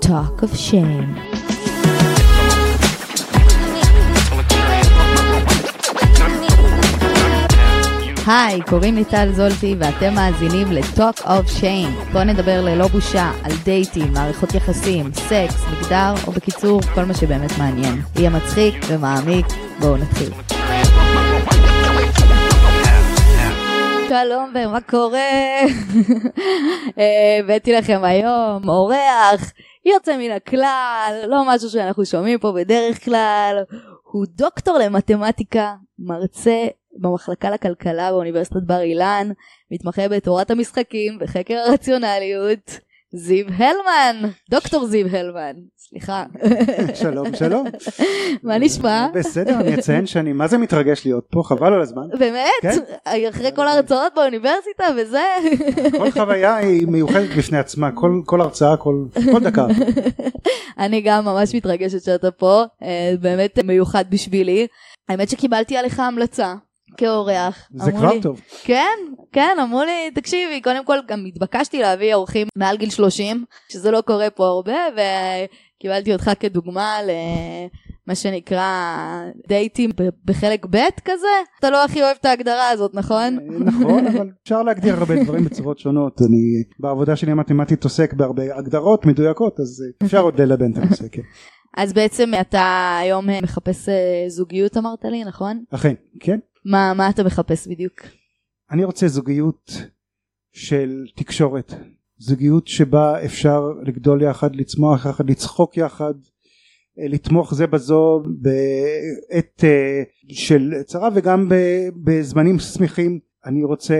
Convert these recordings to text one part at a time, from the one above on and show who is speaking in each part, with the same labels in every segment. Speaker 1: Talk of Shame. היי, קוראים לי טל זולטי ואתם מאזינים ל-Talk of Shame. בואו נדבר ללא בושה על דייטים, מערכות יחסים, סקס, מגדר, או בקיצור, כל מה שבאמת מעניין. יהיה מצחיק ומעמיק, בואו נתחיל. שלום ומה קורה? אה, הבאתי לכם היום אורח יוצא מן הכלל, לא משהו שאנחנו שומעים פה בדרך כלל. הוא דוקטור למתמטיקה, מרצה במחלקה לכלכלה באוניברסיטת בר אילן, מתמחה בתורת המשחקים וחקר הרציונליות. זיו הלמן, דוקטור זיו הלמן, סליחה,
Speaker 2: שלום, שלום. אה,
Speaker 1: מה נשמע?
Speaker 2: בסדר, אני אציין שאני מה זה מתרגש להיות פה, חבל על הזמן. כן.
Speaker 1: באמת? אחרי כל ההרצאות באוניברסיטה וזה?
Speaker 2: כל חוויה היא מיוחדת בפני עצמה, כל- כל הרצאה, כל כל דקה.
Speaker 1: אני גם ממש מתרגשת שאתה פה, אה, באמת מיוחד בשבילי. האמת שקיבלתי עליך המלצה. כאורח.
Speaker 2: זה
Speaker 1: אמרו לי-
Speaker 2: כבר טוב.
Speaker 1: כן, כן, אמרו לי, תקשיבי, קודם כל גם התבקשתי להביא אורחים מעל גיל 30, שזה לא קורה פה הרבה, וקיבלתי אותך כדוגמה למה שנקרא דייטים ב- בחלק ב' כזה. אתה לא הכי אוהב את ההגדרה הזאת, נכון?
Speaker 2: נכון, אבל אפשר להגדיר הרבה דברים בצורות שונות. אני בעבודה שלי המתמטית עוסק בהרבה הגדרות מדויקות, אז אה, אפשר עוד ללבן את הנושא, כן.
Speaker 1: אז בעצם אתה היום אה, מחפש אה, זוגיות אמרת לי, נכון?
Speaker 2: אכן, כן.
Speaker 1: מה, מה אתה מחפש בדיוק?
Speaker 2: אני רוצה זוגיות של תקשורת, זוגיות שבה אפשר לגדול יחד, לצמוח יחד, לצחוק יחד, אה, לתמוך זה בזו בעת אה, של צרה וגם ב- בזמנים שמחים. אני רוצה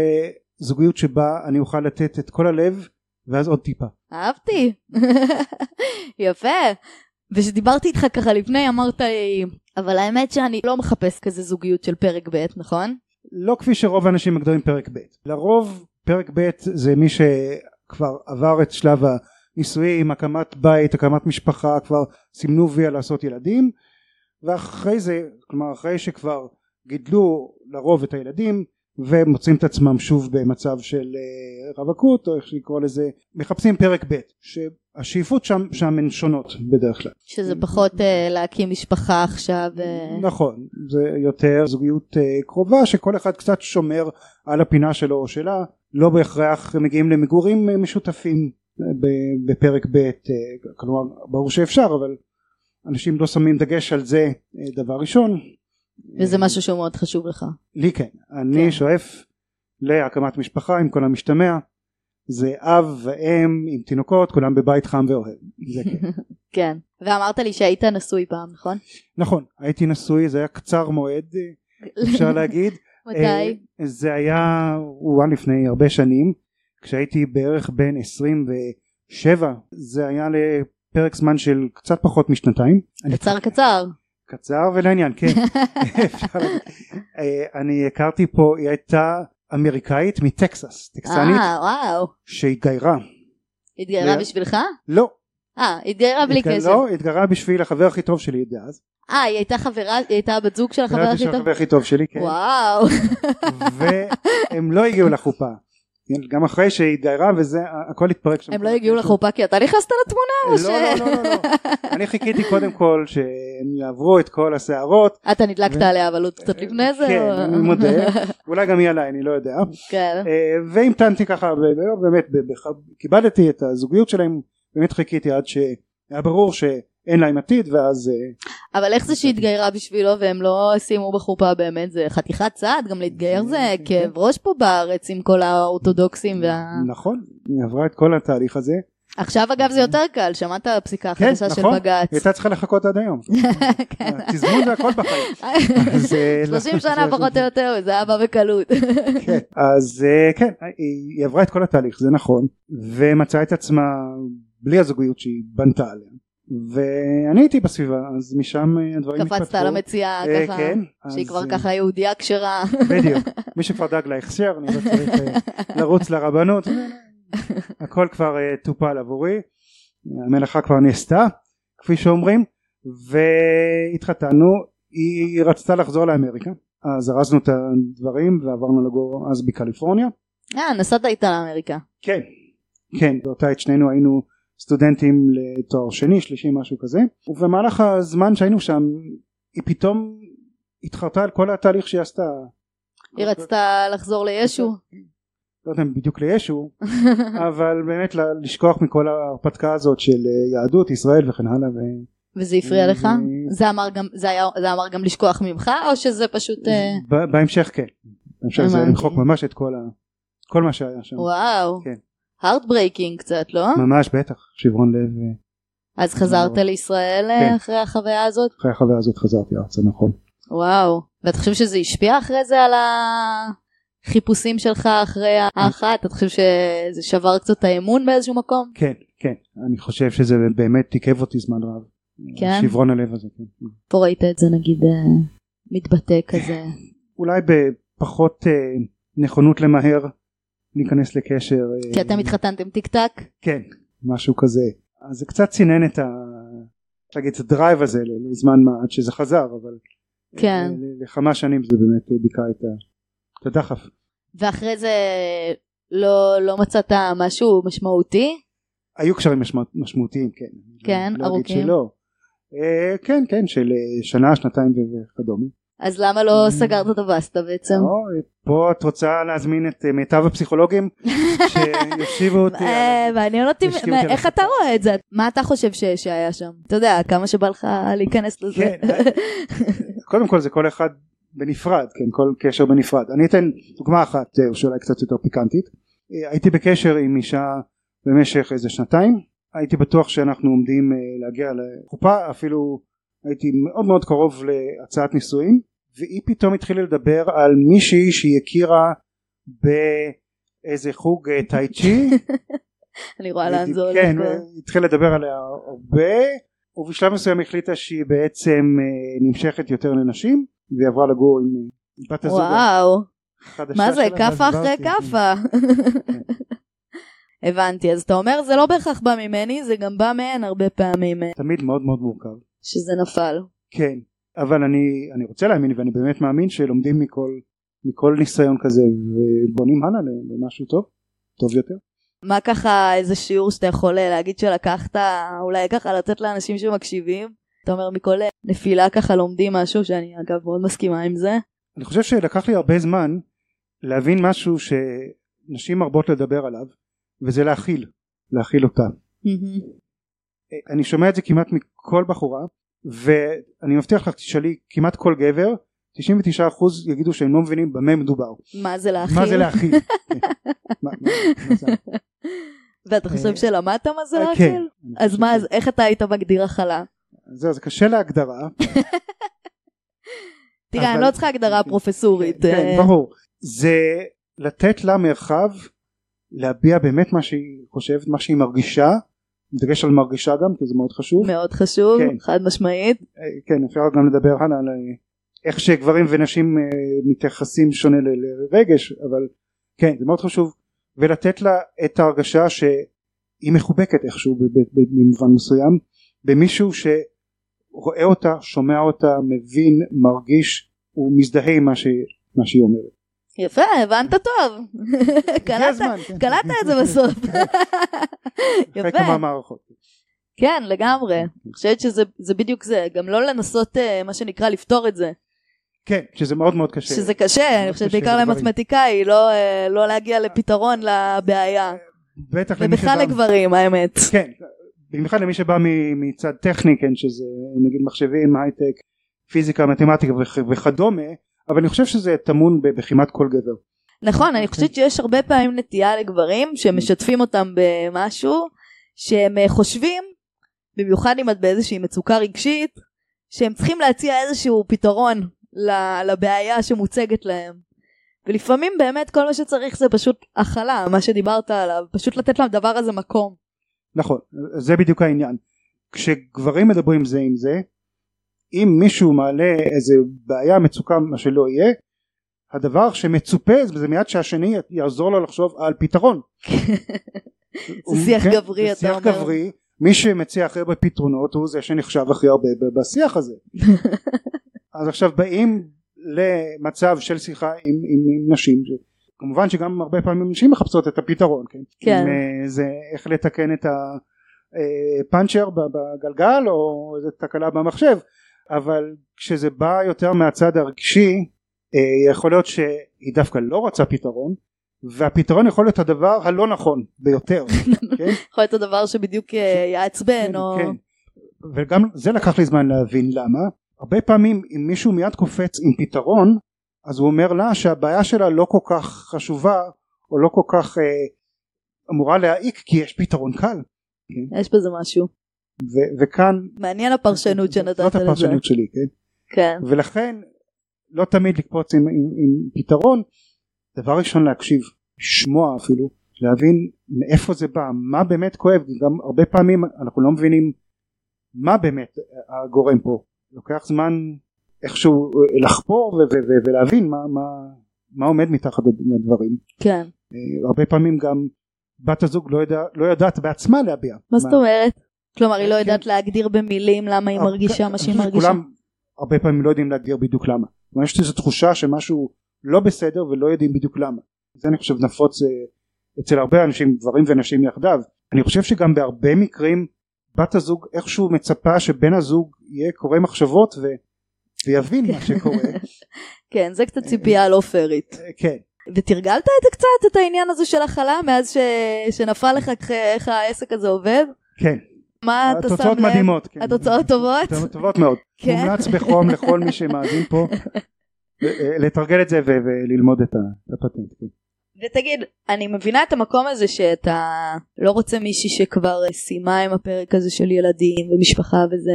Speaker 2: זוגיות שבה אני אוכל לתת את כל הלב ואז עוד טיפה.
Speaker 1: אהבתי. יפה. וכשדיברתי איתך ככה לפני אמרת לי, אבל האמת שאני לא מחפש כזה זוגיות של פרק ב', נכון?
Speaker 2: לא כפי שרוב האנשים מגדירים פרק ב'. לרוב פרק ב' זה מי שכבר עבר את שלב הנישואים, הקמת בית, הקמת משפחה, כבר סימנו ויה לעשות ילדים, ואחרי זה, כלומר אחרי שכבר גידלו לרוב את הילדים, ומוצאים את עצמם שוב במצב של אה, רווקות, או איך לקרוא לזה, מחפשים פרק ב', שהשאיפות שם, שם הן שונות בדרך כלל.
Speaker 1: שזה פחות אה, להקים משפחה עכשיו. אה.
Speaker 2: Mm. נכון, זה יותר זוגיות אה, קרובה שכל אחד קצת שומר על הפינה שלו או שלה, לא בהכרח מגיעים למגורים אה, משותפים אה, ב- בפרק ב', אה, כלומר ברור שאפשר אבל אנשים לא שמים דגש על זה אה, דבר ראשון.
Speaker 1: וזה
Speaker 2: אה,
Speaker 1: משהו שהוא מאוד חשוב לך.
Speaker 2: לי כן, אני
Speaker 1: כן.
Speaker 2: שואף להקמת משפחה עם כל המשתמע, זה אב ואם עם תינוקות, כולם בבית חם ואוהב, זה כן.
Speaker 1: כן. ואמרת לי שהיית נשוי פעם, נכון?
Speaker 2: נכון, הייתי נשוי, זה היה קצר מועד אה, אפשר להגיד.
Speaker 1: מתי?
Speaker 2: אה, זה היה, הוא היה לפני הרבה שנים, כשהייתי בערך בן 27, זה היה לפרק זמן של קצת פחות משנתיים. אני-
Speaker 1: קצר קצר.
Speaker 2: קצר ולעניין, כן. אפשר להגיד. אה, אני הכרתי פה, היא הייתה אמריקאית מטקסס, טקסנית,
Speaker 1: אה, וואו.
Speaker 2: שהתגיירה.
Speaker 1: התגיירה
Speaker 2: לא.
Speaker 1: בשבילך?
Speaker 2: לא,
Speaker 1: אה, התגיירה בלי
Speaker 2: התגי-
Speaker 1: קשר.
Speaker 2: לא, התגיירה בשביל החבר הכי טוב שלי דאז.
Speaker 1: אה, היא הייתה חברה, היא הייתה בת זוג של החבר
Speaker 2: הכרתי
Speaker 1: הכי
Speaker 2: של
Speaker 1: טוב?
Speaker 2: החבר הכי טוב שלי, כן.
Speaker 1: וואו.
Speaker 2: והם לא הגיעו לחופה. כן, גם אחרי שהיא התגיירה וזה, הכל התפרק שם.
Speaker 1: הם לא הגיעו לחופה כי אתה נכנסת לתמונה? או ש-
Speaker 2: לא, לא, לא, לא, לא. אני חיכיתי קודם כל שהם יעברו את כל הסערות.
Speaker 1: אתה נדלקת
Speaker 2: ו-
Speaker 1: עליה, אבל עוד קצת לפני זה?
Speaker 2: כן,
Speaker 1: או-
Speaker 2: אני מודה. אולי גם היא עליי, אני לא יודע.
Speaker 1: כן.
Speaker 2: אה, והמתנתי ככה, ב- ב- באמת, ב- בכ- כיבדתי את הזוגיות שלהם, באמת חיכיתי עד שהיה ברור שאין להם עתיד, ואז אה,
Speaker 1: אבל איך זה שהיא התגיירה בשבילו והם לא סיימו בחופה באמת? זה חתיכת צעד, גם להתגייר זה
Speaker 2: כן.
Speaker 1: כאב ראש פה בארץ עם כל האורתודוקסים וה...
Speaker 2: נכון, היא עברה את כל התהליך הזה.
Speaker 1: עכשיו אגב זה יותר קל, שמעת הפסיקה
Speaker 2: כן,
Speaker 1: החדשה של
Speaker 2: נכון. היא
Speaker 1: בג"ץ.
Speaker 2: הייתה צריכה לחכות עד היום.
Speaker 1: כן.
Speaker 2: תזמון זה הכל בחיים. אז, אה,
Speaker 1: 30
Speaker 2: לא-
Speaker 1: שנה פחות או יותר, וזה היה בא בקלות.
Speaker 2: כן. אז אה, כן, היא היא עברה את כל התהליך, זה נכון, ומצאה את עצמה בלי הזוגיות שהיא בנתה עליה. ואני הייתי בסביבה, אז משם אה, הדברים התפתחו.
Speaker 1: קפצת על המציאה
Speaker 2: אה,
Speaker 1: ככה,
Speaker 2: כן.
Speaker 1: שהיא
Speaker 2: אז,
Speaker 1: כבר
Speaker 2: אה,
Speaker 1: ככה יהודייה כשרה.
Speaker 2: בדיוק. מי שכבר דאג להכשר, אני לא צריך אה, לרוץ לרבנות. הכל כבר אה, טופל עבורי. המלאכה כבר נעשתה, כפי שאומרים, והתחתנו. היא רצתה לחזור לאמריקה, אז ארזנו את הדברים ועברנו לגור אז בקליפורניה.
Speaker 1: אה, נסעת איתה לאמריקה.
Speaker 2: כן, כן, באותה עת שנינו היינו סטודנטים לתואר שני שלישי משהו כזה ובמהלך הזמן שהיינו שם היא פתאום התחרתה על כל התהליך שהיא עשתה
Speaker 1: היא
Speaker 2: נכון.
Speaker 1: רצתה לחזור לישו.
Speaker 2: לא יודע אם בדיוק לישו אבל באמת ל- לשכוח מכל ההרפתקה הזאת של אה, יהדות ישראל וכן הלאה ו-
Speaker 1: וזה הפריע לך?
Speaker 2: אני-
Speaker 1: זה אמר גם, זה היה, זה אמר גם לשכוח ממך, או שזה פשוט... אה,
Speaker 2: ב- בהמשך כן בהמשך זה
Speaker 1: הבנתי.
Speaker 2: למחוק ממש את כל, ה... כל מה שהיה שם
Speaker 1: וואו.
Speaker 2: כן.
Speaker 1: הארטברייקינג קצת, לא?
Speaker 2: ממש בטח שברון לב אה,
Speaker 1: אז חזרת
Speaker 2: מאוד.
Speaker 1: לישראל אה,
Speaker 2: כן.
Speaker 1: אחרי החוויה הזאת?
Speaker 2: אחרי החוויה הזאת חזרתי ארצה נכון
Speaker 1: וואו. ואתה חושב שזה השפיע אחרי זה על החיפושים שלך אחרי האחת? אתה חושב שזה שבר קצת את האמון באיזשהו מקום?
Speaker 2: כן כן אני חושב שזה באמת תיקב אותי זמן רב
Speaker 1: כן?
Speaker 2: שברון הלב הזה כן.
Speaker 1: פה ראית את זה נגיד אה, מתבטא כזה.
Speaker 2: אולי בפחות אה, נכונות למהר להיכנס לקשר אה,
Speaker 1: כי אתם התחתנתם טיק טק?
Speaker 2: כן משהו כזה אז זה קצת סינן את ה... תגיד את הדרייב הזה ל- לזמן מה עד שזה חזר אבל
Speaker 1: כן.
Speaker 2: אה, ל- לכמה שנים זה באמת אה, דיכא את ה- את הדחף
Speaker 1: ואחרי זה לא, לא מצאת משהו משמעותי?
Speaker 2: היו קשרים משמע- משמעותיים כן
Speaker 1: כן,
Speaker 2: לא אגיד
Speaker 1: ארוכים.
Speaker 2: שלא אה, כן כן של אה, שנה שנתיים ו- וכדומה
Speaker 1: אז למה לא
Speaker 2: Mm. לא,
Speaker 1: סגרת את הבסטה בעצם?
Speaker 2: או, פה את רוצה להזמין את אה, מיטב הפסיכולוגים שיושיבו אותי
Speaker 1: אה,
Speaker 2: על-
Speaker 1: מעניין אותי
Speaker 2: ישקיעו
Speaker 1: מה-
Speaker 2: אותי על
Speaker 1: איך
Speaker 2: הספה.
Speaker 1: אתה רואה את זה, מה אתה חושב ש- שהיה שם, אתה יודע כמה שבא לך להיכנס לזה.
Speaker 2: כן, קודם כל זה כל אחד בנפרד, כן, כל קשר בנפרד. אני אתן דוגמה אחת אה, שאולי קצת יותר פיקנטית. אה, הייתי בקשר עם אישה במשך איזה שנתיים, הייתי בטוח שאנחנו עומדים אה, להגיע לחופה, אפילו הייתי מאוד מאוד קרוב להצעת נישואים, והיא פתאום התחילה לדבר על מישהי שהיא הכירה באיזה חוג אה, טאי צ'י.
Speaker 1: אני רואה לאן זה הולך. אה.
Speaker 2: כן, התחיל לדבר עליה הרבה ובשלב מסוים החליטה שהיא בעצם אה, נמשכת יותר לנשים והיא עברה לגור עם אה, בת הזוג
Speaker 1: וואו,
Speaker 2: החדשה
Speaker 1: מה זה
Speaker 2: שלה, ואז
Speaker 1: כאפה אחרי
Speaker 2: דיברתי.
Speaker 1: כאפה. הבנתי, אז אתה אומר זה לא בהכרח בא ממני, זה גם בא מהן הרבה פעמים אה,
Speaker 2: תמיד מאוד מאוד מורכב
Speaker 1: שזה נפל.
Speaker 2: כן אבל אני, אני רוצה להאמין ואני באמת מאמין שלומדים מכל, מכל ניסיון כזה ובונים הלאה ל- למשהו טוב טוב יותר
Speaker 1: מה ככה איזה שיעור שאתה יכול אה, להגיד שלקחת, אולי ככה לתת לאנשים שמקשיבים? אתה אומר מכל אה, נפילה ככה לומדים משהו שאני אגב מאוד מסכימה עם זה.
Speaker 2: אני חושב שלקח לי הרבה זמן להבין משהו שנשים מרבות לדבר עליו וזה להכיל להכיל אותה אני שומע את זה כמעט מכל בחורה ואני מבטיח לך תשאלי כמעט כל גבר 99% יגידו שהם לא מבינים במה מדובר.
Speaker 1: מה זה להכיל?
Speaker 2: מה זה להכיל? כן. מה- מה- מה זה?
Speaker 1: ואתה חושב
Speaker 2: אה,
Speaker 1: שלמדת מה זה
Speaker 2: אה,
Speaker 1: להכיל?
Speaker 2: כן.
Speaker 1: אז מה, אז איך אתה היית מגדיר הכלה?
Speaker 2: זהו, זה קשה להגדרה.
Speaker 1: תראה, אני
Speaker 2: אבל-
Speaker 1: לא צריכה הגדרה פרופסורית.
Speaker 2: כן,
Speaker 1: אה,
Speaker 2: ברור. זה לתת לה מרחב להביע באמת מה שהיא חושבת, מה שהיא מרגישה. דגש על מרגישה גם, כי זה מאוד חשוב.
Speaker 1: מאוד חשוב,
Speaker 2: כן.
Speaker 1: חד משמעית.
Speaker 2: אה, כן אפשר גם לדבר הלאה על אה, איך שגברים ונשים אה, מתייחסים שונה ל- לרגש אבל כן זה מאוד חשוב ולתת לה את ההרגשה שהיא מחובקת איכשהו ב- ב- ב- במובן מסוים במישהו שרואה אותה שומע אותה מבין מרגיש הוא מזדהה עם מה, ש... מה שהיא אומרת.
Speaker 1: יפה, הבנת טוב.
Speaker 2: זה
Speaker 1: קלטת
Speaker 2: הזמן, כן.
Speaker 1: קלטת את זה בסוף.
Speaker 2: אחרי
Speaker 1: יפה.
Speaker 2: כמה מערכות.
Speaker 1: כן, לגמרי. אני חושבת שזה זה בדיוק זה, גם לא לנסות, אה, מה שנקרא, לפתור את זה.
Speaker 2: כן שזה מאוד מאוד קשה.
Speaker 1: שזה קשה, אני
Speaker 2: מאוד
Speaker 1: חושבת
Speaker 2: קשה
Speaker 1: בעיקר
Speaker 2: לגברים.
Speaker 1: למתמטיקאי, לא, אה, לא להגיע לפתרון לבעיה.
Speaker 2: בטח למי
Speaker 1: ובכלל
Speaker 2: שבא-
Speaker 1: לגברים, האמת.
Speaker 2: כן, במיוחד למי שבא מ- מצד טכני, כן, שזה נגיד מחשבים, הייטק, פיזיקה, מתמטיקה וכ- וכדומה, אבל אני חושב שזה טמון ב- בכמעט כל גבר.
Speaker 1: נכון,
Speaker 2: אוקיי.
Speaker 1: אני חושבת שיש הרבה פעמים נטייה לגברים שמשתפים אותם במשהו שהם אה, חושבים, במיוחד אם את באיזושהי מצוקה רגשית, שהם צריכים להציע איזשהו פתרון ל- לבעיה שמוצגת להם. ולפעמים באמת כל מה שצריך זה פשוט הכלה, מה שדיברת עליו, פשוט לתת לדבר הזה מקום.
Speaker 2: נכון, זה בדיוק העניין. כשגברים מדברים זה עם זה, אם מישהו מעלה איזה בעיה, מצוקה, מה שלא יהיה, הדבר שמצופה זה מיד שהשני יעזור לו לחשוב על פתרון.
Speaker 1: זה שיח
Speaker 2: כן,
Speaker 1: גברי,
Speaker 2: זה
Speaker 1: אתה
Speaker 2: שיח
Speaker 1: אומר.
Speaker 2: גברי, מי שמציע הכי הרבה פתרונות הוא זה שנחשב הכי הרבה ב- בשיח הזה. אז עכשיו באים למצב של שיחה עם, עם, עם נשים, ש- כמובן שגם הרבה פעמים נשים מחפשות את הפתרון, כן?
Speaker 1: כן.
Speaker 2: עם, אה, זה איך לתקן את אה, פאנצ'ר ב- בגלגל או איזה תקלה במחשב אבל כשזה בא יותר מהצד הרגשי אה, יכול להיות שהיא דווקא לא רצה פתרון והפתרון יכול להיות הדבר הלא נכון ביותר כן?
Speaker 1: יכול להיות הדבר שבדיוק אה, יעצבן או...
Speaker 2: כן. וגם זה לקח לי זמן להבין למה הרבה פעמים אם מישהו מיד קופץ עם פתרון אז הוא אומר לה שהבעיה שלה לא כל כך חשובה או לא כל כך אה, אמורה להעיק כי יש פתרון קל
Speaker 1: יש בזה משהו.
Speaker 2: ו- וכאן
Speaker 1: מעניין הפרשנות שנתת
Speaker 2: זאת
Speaker 1: לזה.
Speaker 2: הפרשנות שלי כן?
Speaker 1: כן.
Speaker 2: ולכן לא תמיד לקפוץ עם, עם, עם פתרון דבר ראשון להקשיב לשמוע אפילו להבין מאיפה זה בא מה באמת כואב כי גם הרבה פעמים אנחנו לא מבינים מה באמת הגורם פה לוקח זמן איכשהו אה, לחפור ו- ו- ו- ולהבין מה, מה, מה עומד מתחת לדברים
Speaker 1: כן.
Speaker 2: אה, הרבה פעמים גם בת הזוג לא, ידע, לא יודעת בעצמה להביע
Speaker 1: מה זאת אומרת? כלומר היא לא יודעת להגדיר במילים למה היא
Speaker 2: כן, אה,
Speaker 1: מרגישה
Speaker 2: אני
Speaker 1: מה
Speaker 2: חושב
Speaker 1: שהיא מרגישה.
Speaker 2: שכולם הרבה פעמים לא יודעים להגדיר בדיוק למה. כלומר יש איזו תחושה שמשהו לא בסדר ולא יודעים בדיוק למה. זה אני חושב נפוץ אה, אצל הרבה אנשים גברים ונשים יחדיו. אני חושב שגם בהרבה מקרים בת הזוג איכשהו מצפה שבן הזוג יהיה קורא מחשבות ו... ויבין מה שקורה.
Speaker 1: כן זה קצת ציפייה לא פיירית.
Speaker 2: אה, כן.
Speaker 1: ותרגלת את זה קצת את העניין הזה של הכלה מאז ש... שנפל לך איך- איך העסק הזה עובד?
Speaker 2: כן.
Speaker 1: מה אה, אתה שם לב?
Speaker 2: התוצאות מדהימות. כן.
Speaker 1: התוצאות טובות?
Speaker 2: התוצאות טובות מאוד.
Speaker 1: כן.
Speaker 2: מומלץ בחום לכל מי שמאזין פה. אה, לתרגל את זה ו- וללמוד את ה- הפטנט. כן.
Speaker 1: ותגיד, אני מבינה את המקום הזה שאתה לא רוצה מישהי שכבר אה, סיימה עם הפרק הזה של ילדים ומשפחה וזה,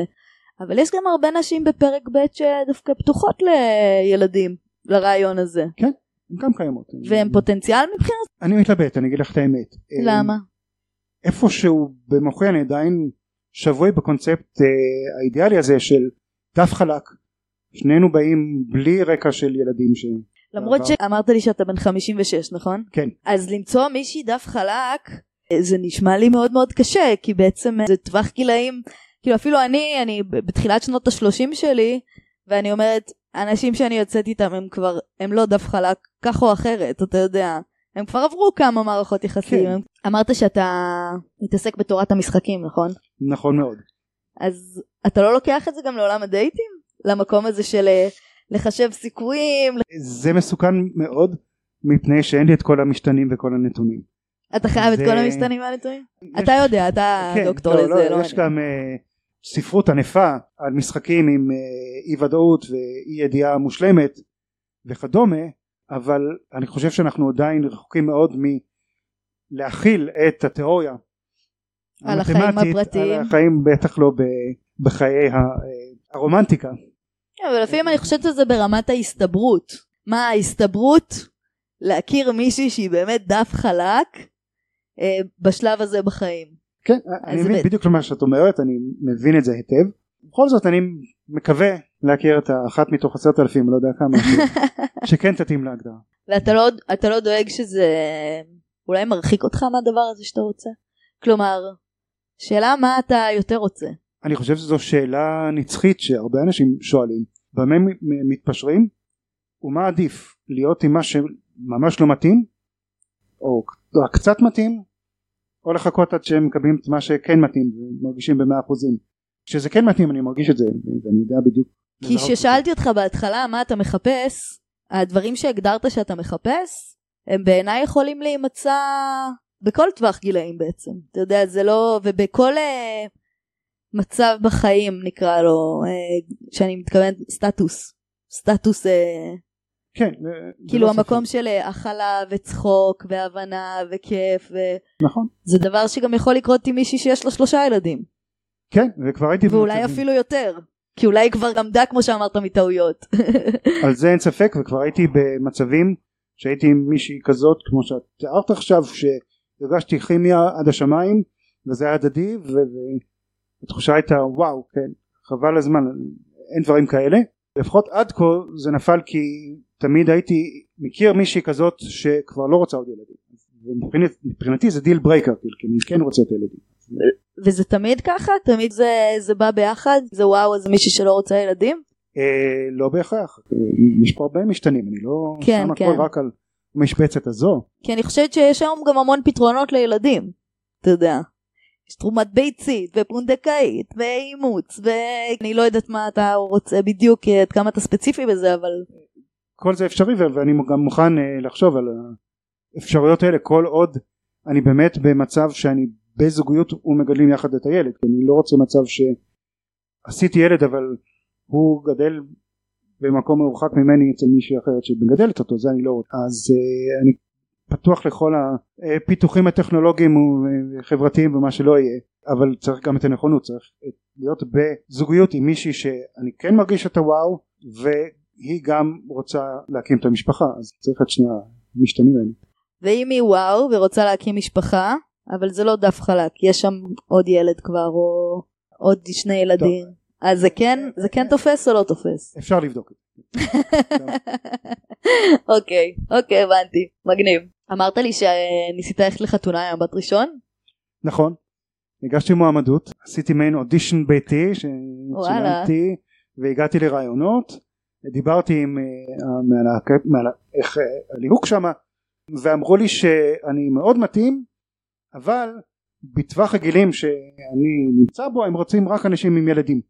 Speaker 1: אבל יש גם הרבה נשים בפרק ב' שדווקא פתוחות לילדים, לרעיון הזה,
Speaker 2: הן גם קיימות.
Speaker 1: והם פוטנציאל מבחינת...
Speaker 2: אני מתלבט אני אגיד לך את האמת
Speaker 1: למה?
Speaker 2: אה, איפשהו במוחי אני עדיין שבוי בקונספט אה, האידיאלי הזה של דף חלק שנינו באים בלי רקע של ילדים ש...
Speaker 1: למרות
Speaker 2: בעבר.
Speaker 1: שאמרת לי שאתה בן 56, נכון?
Speaker 2: כן
Speaker 1: אז למצוא מישהי דף חלק, אה, זה נשמע לי מאוד מאוד קשה, כי בעצם אה, זה טווח גילאים, כאילו אפילו אני, אני ב- בתחילת שנות ה-30 שלי, ואני אומרת, אנשים שאני יוצאת איתם הם כבר, הם לא דף חלק, כך או אחרת, אתה יודע. הם כבר עברו כמה מערכות יחסים.
Speaker 2: כן.
Speaker 1: הם- אמרת שאתה מתעסק בתורת המשחקים, נכון?
Speaker 2: נכון מאוד
Speaker 1: אז אתה לא לוקח את זה גם לעולם הדייטים? למקום הזה של אה, לחשב סיכויים,
Speaker 2: זה מסוכן מאוד מפני שאין לי את כל המשתנים וכל הנתונים.
Speaker 1: אתה חייב את
Speaker 2: זה-
Speaker 1: כל המשתנים והנתונים? אתה
Speaker 2: יש-
Speaker 1: יודע, אתה
Speaker 2: כן,
Speaker 1: דוקטור
Speaker 2: לא,
Speaker 1: לזה,
Speaker 2: לא,
Speaker 1: לא
Speaker 2: יש
Speaker 1: אני.
Speaker 2: גם אה, ספרות ענפה על משחקים עם אה, אי ודאות ואי ידיעה מושלמת וכדומה אבל אני חושב שאנחנו עדיין רחוקים מאוד מלהכיל את התיאוריה
Speaker 1: על החיים
Speaker 2: המתמטית,
Speaker 1: הפרטיים.
Speaker 2: על החיים בטח לא ב- בחיי ה- אה, הרומנטיקה
Speaker 1: כן, אבל לפעמים אני חושבת על זה ברמת ההסתברות. מה ההסתברות להכיר מישהי שהיא באמת דף חלק אה, בשלב הזה בחיים.
Speaker 2: כן אני
Speaker 1: אז
Speaker 2: מבין
Speaker 1: ב-
Speaker 2: בדיוק מה שאת אומרת אני מבין את זה היטב בכל זאת אני מקווה להכיר את האחת מתוך עשרת אלפים לא יודע כמה ש- שכן תתאים להגדרה
Speaker 1: ואתה לא, אתה לא דואג שזה אולי מרחיק אותך מהדבר הזה שאתה רוצה? כלומר, שאלה מה אתה יותר רוצה.
Speaker 2: אני חושב שזו שאלה נצחית שהרבה אנשים שואלים במה מ- מ- מתפשרים ומה עדיף להיות עם מה שממש לא מתאים או רק קצת מתאים או לחכות עד שהם מקבלים את מה שכן מתאים ומרגישים במאה אחוזים כשזה כן מתאים אני מרגיש את זה ואני יודע בדיוק
Speaker 1: כי
Speaker 2: לזהות את זה.
Speaker 1: כששאלתי אותך בהתחלה מה אתה מחפש, הדברים שהגדרת שאתה מחפש, הם בעיניי יכולים להימצא בכל טווח גילאים בעצם. אתה יודע, זה לא... ובכל אה, מצב בחיים, נקרא לו, אה, שאני מתכוונת, סטטוס. סטטוס, אה,
Speaker 2: כן זה- זה
Speaker 1: כאילו
Speaker 2: לא
Speaker 1: המקום
Speaker 2: ספק.
Speaker 1: של אה, הכלה וצחוק והבנה וכיף, ו...
Speaker 2: נכון
Speaker 1: זה דבר שגם יכול לקרות עם מישהי שיש לה שלושה ילדים,
Speaker 2: כן וכבר הייתי
Speaker 1: ואולי
Speaker 2: במצבים-
Speaker 1: אפילו יותר. כי אולי היא כבר למדה, כמו שאמרת, מטעויות.
Speaker 2: על זה אין ספק וכבר הייתי במצבים שהייתי עם מישהי כזאת כמו שאת תיארת עכשיו שהרגשתי כימיה עד השמיים וזה היה הדדי ו- והתחושה הייתה וואו כן חבל הזמן אין דברים כאלה לפחות עד כה זה נפל כי תמיד הייתי מכיר מישהי כזאת שכבר לא רוצה עוד ילדים ומבחינת- מבחינתי זה דיל ברייקר כאילו כי אני כן רוצה את הילדים
Speaker 1: וזה תמיד ככה? תמיד זה, זה בא ביחד? זה וואו, אז מישהי שלא רוצה ילדים?
Speaker 2: אה, לא בהכרח אה, יש פה הרבה משתנים אני לא
Speaker 1: כן,
Speaker 2: שם
Speaker 1: כן.
Speaker 2: הכל רק על המשבצת הזו
Speaker 1: כי אני חושבת שיש היום גם המון פתרונות לילדים, אתה יודע. יש תרומת ביצית ופונדקאית ואימוץ ואני לא יודעת מה אתה רוצה בדיוק עד כמה אתה ספציפי בזה אבל
Speaker 2: כל זה אפשרי ו- ואני גם מוכן אה, לחשוב על האפשרויות האלה כל עוד אני באמת במצב שאני בזוגיות ומגדלים יחד את הילד כי אני לא רוצה מצב שעשיתי ילד אבל הוא גדל במקום מרוחק ממני אצל מישהי אחרת שמגדלת אותו זה אני לא רוצה אז אה, אני פתוח לכל הפיתוחים הטכנולוגיים וחברתיים ומה שלא יהיה אבל צריך גם את הנכונות צריך להיות בזוגיות עם מישהי שאני כן מרגיש את הוואו והיא גם רוצה להקים את המשפחה אז צריך את שני המשתנים האלה
Speaker 1: ואם היא וואו ורוצה להקים משפחה אבל זה לא דף חלק יש שם עוד ילד כבר או עוד שני ילדים אז זה כן זה כן תופס או לא תופס
Speaker 2: אפשר לבדוק את
Speaker 1: אוקיי אוקיי הבנתי מגניב אמרת לי שניסית ללכת לחתונה עם הבת ראשון
Speaker 2: זה נכון הגשתי מועמדות עשיתי מעין אודישן ביתי שצילמתי והגעתי לרעיונות דיברתי עם אה, המעלה- מעלה- איך, אה, הליהוק שמה ואמרו לי שאני מאוד מתאים אבל בטווח הגילים שאני נמצא בו הם רוצים רק אנשים עם ילדים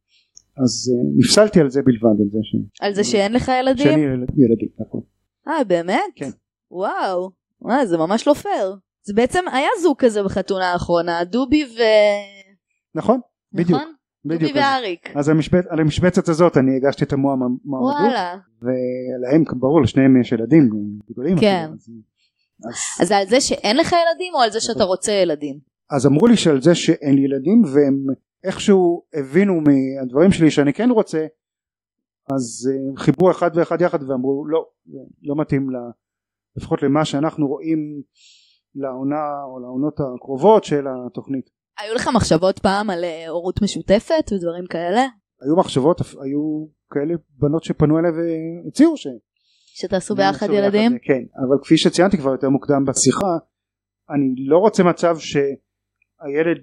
Speaker 2: אז אה, נפסלתי על זה בלבד על זה ש...
Speaker 1: על זה שאין לך ילדים
Speaker 2: שאני ילד- ילדים נכון
Speaker 1: אה באמת?
Speaker 2: כן.
Speaker 1: וואו, וואי, זה ממש לא פייר. זה בעצם היה זוג כזה בחתונה האחרונה, דובי ו...
Speaker 2: נכון בדיוק
Speaker 1: נכון? דובי
Speaker 2: בדיוק אז-
Speaker 1: ואריק.
Speaker 2: אז המשבצ- על המשבצת הזאת אני הגשתי את המועמדות
Speaker 1: וואלה.
Speaker 2: ולהם אה, ברור לשניהם יש ילדים גדולים
Speaker 1: כן.
Speaker 2: אפילו, אז, אז,
Speaker 1: אז זה על זה שאין לך ילדים או על זה שאתה רוצה ילדים?
Speaker 2: אז אמרו לי שעל זה שאין לי ילדים והם איכשהו הבינו מהדברים שלי שאני כן רוצה אז אה, חיברו אחד ואחד יחד ואמרו לא זה לא מתאים ל, לפחות למה שאנחנו רואים לעונה או לעונות הקרובות של התוכנית
Speaker 1: היו לך מחשבות פעם על אה, הורות משותפת ודברים כאלה?
Speaker 2: היו מחשבות אפ- היו כאלה בנות שפנו אליי והציעו שהם
Speaker 1: שתעשו ביחד
Speaker 2: נעשו
Speaker 1: ילדים?
Speaker 2: כן לא, אבל כפי שציינתי כבר יותר מוקדם בשיחה אני לא רוצה מצב שהילד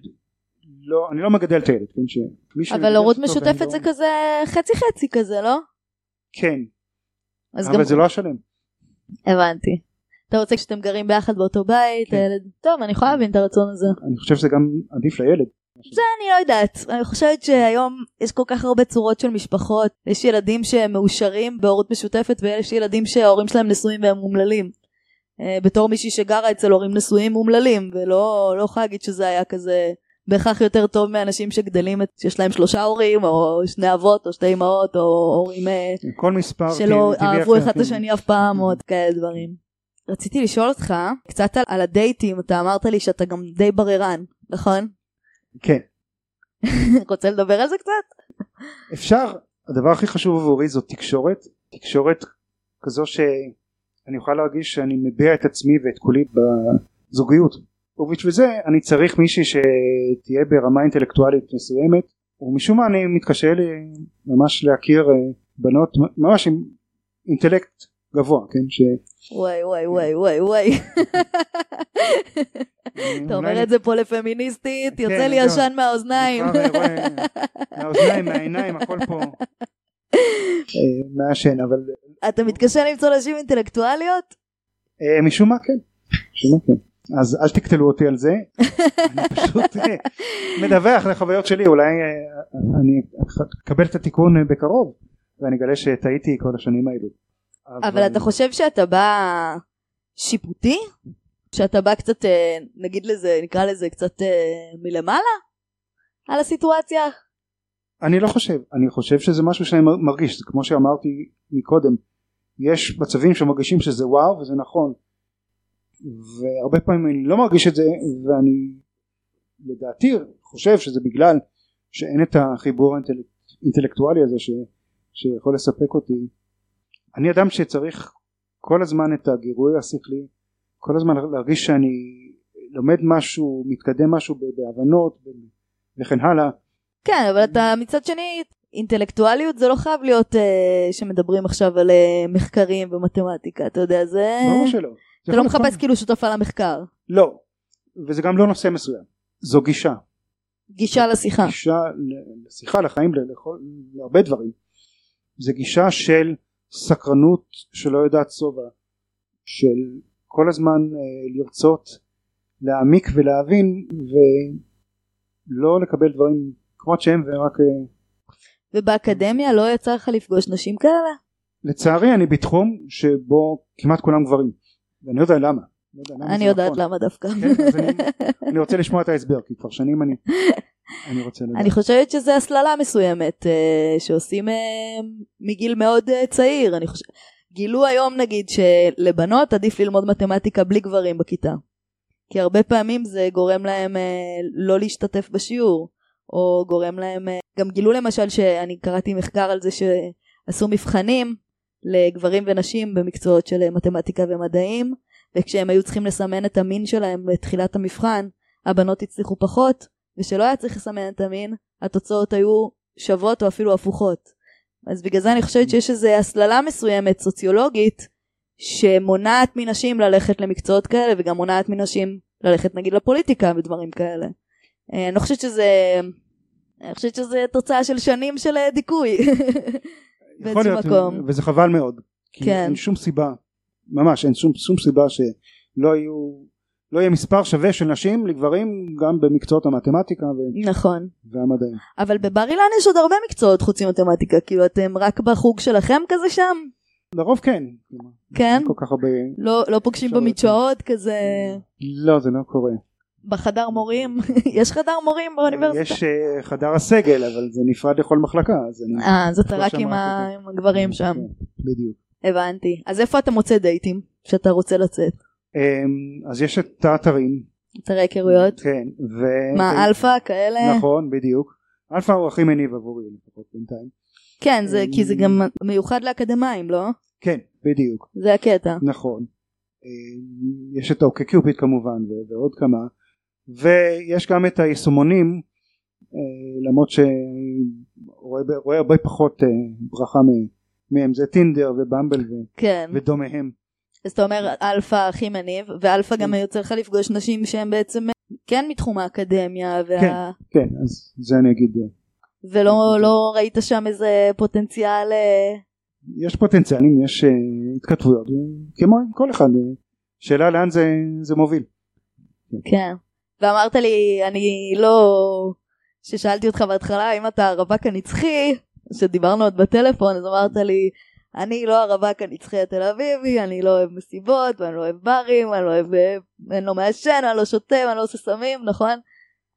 Speaker 2: לא אני לא מגדל את הילד כן, שמי
Speaker 1: אבל
Speaker 2: שמגדל
Speaker 1: הורות
Speaker 2: אותו
Speaker 1: משותפת
Speaker 2: ואני
Speaker 1: זה
Speaker 2: לא-
Speaker 1: כזה חצי חצי כזה, לא?
Speaker 2: כן
Speaker 1: אז
Speaker 2: אבל
Speaker 1: גם...
Speaker 2: זה לא השלם
Speaker 1: הבנתי. אתה רוצה כשאתם גרים ביחד באותו בית,
Speaker 2: כן.
Speaker 1: הילד... טוב, אני יכולה להבין את הרצון הזה.
Speaker 2: אני חושב שזה גם עדיף לילד
Speaker 1: אני לא יודעת, אני חושבת שהיום יש כל כך הרבה צורות של משפחות, יש ילדים שהם מאושרים בהורות משותפת ויש ילדים שההורים שלהם נשואים והם אומללים. אה, בתור מישהי שגרה אצל הורים נשואים אומללים, ולא לא יכולה להגיד שזה היה כזה בהכרח יותר טוב מאנשים שגדלים, את- שיש להם שלושה הורים, או שני אבות, או שתי אמהות, או הורים אה,
Speaker 2: כל מספר
Speaker 1: שלא
Speaker 2: טבעי- טבעי
Speaker 1: אהבו
Speaker 2: אחר,
Speaker 1: אחד את
Speaker 2: כן.
Speaker 1: השני אף פעם, או עוד כאלה דברים. רציתי לשאול אותך קצת על, על הדייטים, אתה אמרת לי שאתה גם די בררן, נכון?
Speaker 2: כן
Speaker 1: רוצה לדבר על זה קצת?
Speaker 2: אפשר הדבר הכי חשוב עבורי זו תקשורת תקשורת כזו שאני אוכל להרגיש שאני מביע את עצמי ואת קולי בזוגיות ובשביל זה אני צריך מישהי שתהיה ברמה אינטלקטואלית מסוימת ומשום מה אני מתקשה לי ממש להכיר אה, בנות ממש עם אינטלקט גבוה כן ש...
Speaker 1: וואי וואי וואי וואי וואי. אתה אומר את זה פה לפמיניסטית,
Speaker 2: כן,
Speaker 1: יוצא לי
Speaker 2: זהו.
Speaker 1: עשן מהאוזניים.
Speaker 2: מהאוזניים מהעיניים הכל פה אה, מהשן אבל
Speaker 1: אתה מתקשה למצוא נשים אינטלקטואליות?
Speaker 2: אה, משום מה כן, משום מה כן. אז אל תקטלו אותי על זה, אני פשוט אה, מדווח לחוויות שלי, אולי אה, אני אקבל את התיקון אה, בקרוב, ואני אגלה שטעיתי כל השנים האלו.
Speaker 1: אבל אתה חושב שאתה בא שיפוטי? שאתה בא קצת, אה, נגיד לזה, נקרא לזה קצת אה, מלמעלה? על הסיטואציה?
Speaker 2: אני לא חושב, אני חושב שזה משהו שאני מ- מרגיש, זה כמו שאמרתי מקודם, יש מצבים שמרגישים שזה וואו וזה נכון, והרבה פעמים אני לא מרגיש את זה, ואני לדעתי חושב שזה בגלל שאין את החיבור האינטלק- האינטלקטואלי הזה ש, שיכול לספק אותי. אני אדם שצריך כל הזמן את הגירוי השכלי, כל הזמן להרגיש שאני לומד משהו, מתקדם משהו ב- בהבנות וכן הלאה.
Speaker 1: כן, אבל
Speaker 2: Mm-hmm.
Speaker 1: אתה מצד שני, אינטלקטואליות זה לא חייב להיות אה, שמדברים עכשיו על אה, מחקרים ומתמטיקה, אתה יודע, זה...
Speaker 2: ברור שלא.
Speaker 1: אתה
Speaker 2: זה
Speaker 1: לא
Speaker 2: יכול
Speaker 1: מחפש
Speaker 2: לכל-
Speaker 1: כאילו שותפה למחקר.
Speaker 2: לא. וזה גם לא נושא מסוים. זו גישה.
Speaker 1: גישה לשיחה.
Speaker 2: גישה ל- לשיחה, לחיים, ל- לכל- להרבה דברים. זה גישה של סקרנות שלא יודעת שובע. של כל הזמן אה, לרצות להעמיק ולהבין לא לקבל דברים כמות שהם ורק אה,
Speaker 1: ובאקדמיה לא יצא לך לפגוש נשים כאלה?
Speaker 2: לצערי אני בתחום שבו כמעט כולם גברים ואני לא יודע למה. לא יודע למה
Speaker 1: אני
Speaker 2: זה
Speaker 1: יודעת
Speaker 2: נכון.
Speaker 1: למה דווקא.
Speaker 2: כן, אז אני, אני רוצה לשמוע את ההסבר כי כבר שנים אני, אני רוצה לדעת.
Speaker 1: אני חושבת שזה הסללה מסוימת אה, שעושים אה, מגיל מאוד אה, צעיר. אני חושבת, גילו היום נגיד שלבנות עדיף ללמוד מתמטיקה בלי גברים בכיתה. כי הרבה פעמים זה גורם להם אה, לא להשתתף בשיעור, או גורם להם, אה, גם גילו למשל שאני קראתי מחקר על זה שעשו מבחנים לגברים ונשים במקצועות של אה, מתמטיקה ומדעים, וכשהם היו צריכים לסמן את המין שלהם בתחילת המבחן, הבנות הצליחו פחות, ושלא היה צריך לסמן את המין, התוצאות היו שוות או אפילו הפוכות. אז בגלל זה אני חושבת שיש איזו הסללה מסוימת סוציולוגית שמונעת מנשים ללכת למקצועות כאלה וגם מונעת מנשים ללכת נגיד לפוליטיקה ודברים כאלה. אה, אני לא חושבת שזה... אני חושבת שזה תוצאה של שנים של אה, דיכוי.
Speaker 2: יכול
Speaker 1: באיזשהו
Speaker 2: להיות,
Speaker 1: מקום.
Speaker 2: וזה חבל מאוד. כי
Speaker 1: כן.
Speaker 2: אין שום סיבה, ממש אין שום, שום סיבה שלא יהיו, לא יהיה מספר שווה של נשים לגברים גם במקצועות המתמטיקה ו-
Speaker 1: נכון.
Speaker 2: והמדעים.
Speaker 1: אבל בבר אילן יש עוד הרבה מקצועות חוץ ממתמטיקה, כאילו אתם רק בחוג שלכם כזה שם?
Speaker 2: לרוב כן. כלומר,
Speaker 1: כן? אה.
Speaker 2: אין כל כך הרבה...
Speaker 1: לא, לא פוגשים
Speaker 2: אפשר
Speaker 1: במדשאות כזה
Speaker 2: לא, זה לא קורה.
Speaker 1: בחדר מורים? יש חדר מורים באוניברסיטה?
Speaker 2: יש אה, חדר הסגל, אבל זה נפרד לכל מחלקה, אז אני...
Speaker 1: אה, אז אתה
Speaker 2: לא
Speaker 1: רק
Speaker 2: שמעתי.
Speaker 1: עם ה- עם הגברים שם.
Speaker 2: כן, בדיוק.
Speaker 1: הבנתי. אז איפה אתה מוצא דייטים שאתה רוצה לצאת?
Speaker 2: אמ, אז יש את האתרים.
Speaker 1: אתרי היכרויות?
Speaker 2: כן. ו-
Speaker 1: מה, אלפא כאלה?
Speaker 2: נכון, בדיוק. אלפא הוא הכי מניב עבורי לפחות בינתיים.
Speaker 1: כן, זה כי
Speaker 2: אה,
Speaker 1: זה גם מיוחד לאקדמאים, לא?
Speaker 2: כן, בדיוק.
Speaker 1: זה הקטע.
Speaker 2: נכון. אה, יש את אוקיופיד כמובן ו- ועוד כמה ויש גם את היישומונים אה, למרות שאני רואה ב- רואה הרבה פחות אה, ברכה מ- מהם זה טינדר ובמבל ו-
Speaker 1: כן.
Speaker 2: ודומיהם
Speaker 1: אז אתה אומר אלפא הכי מניב, ואלפא
Speaker 2: כן.
Speaker 1: גם יוצא לך לפגוש נשים שהן בעצם כן מתחום האקדמיה, וה-
Speaker 2: כן. כן אז זה אני אגיד אה,
Speaker 1: ולא לא ראית שם איזה פוטנציאל... אה,
Speaker 2: יש פוטנציאלים יש אה, התכתבויות אה, כמו עם כל אחד אה, שאלה לאן זה, זה מוביל
Speaker 1: כן. ואמרת לי, אני לא... כששאלתי אותך בהתחלה אם אתה הרווק הנצחי, כשדיברנו עוד בטלפון, אז אמרת לי, אני לא הרווק הנצחי התל אביבי, אני לא אוהב מסיבות, ואני לא אוהב ברים, אני לא אוהב... אני לא מעשן, אני לא שותה, ואני לא עושה סמים, נכון?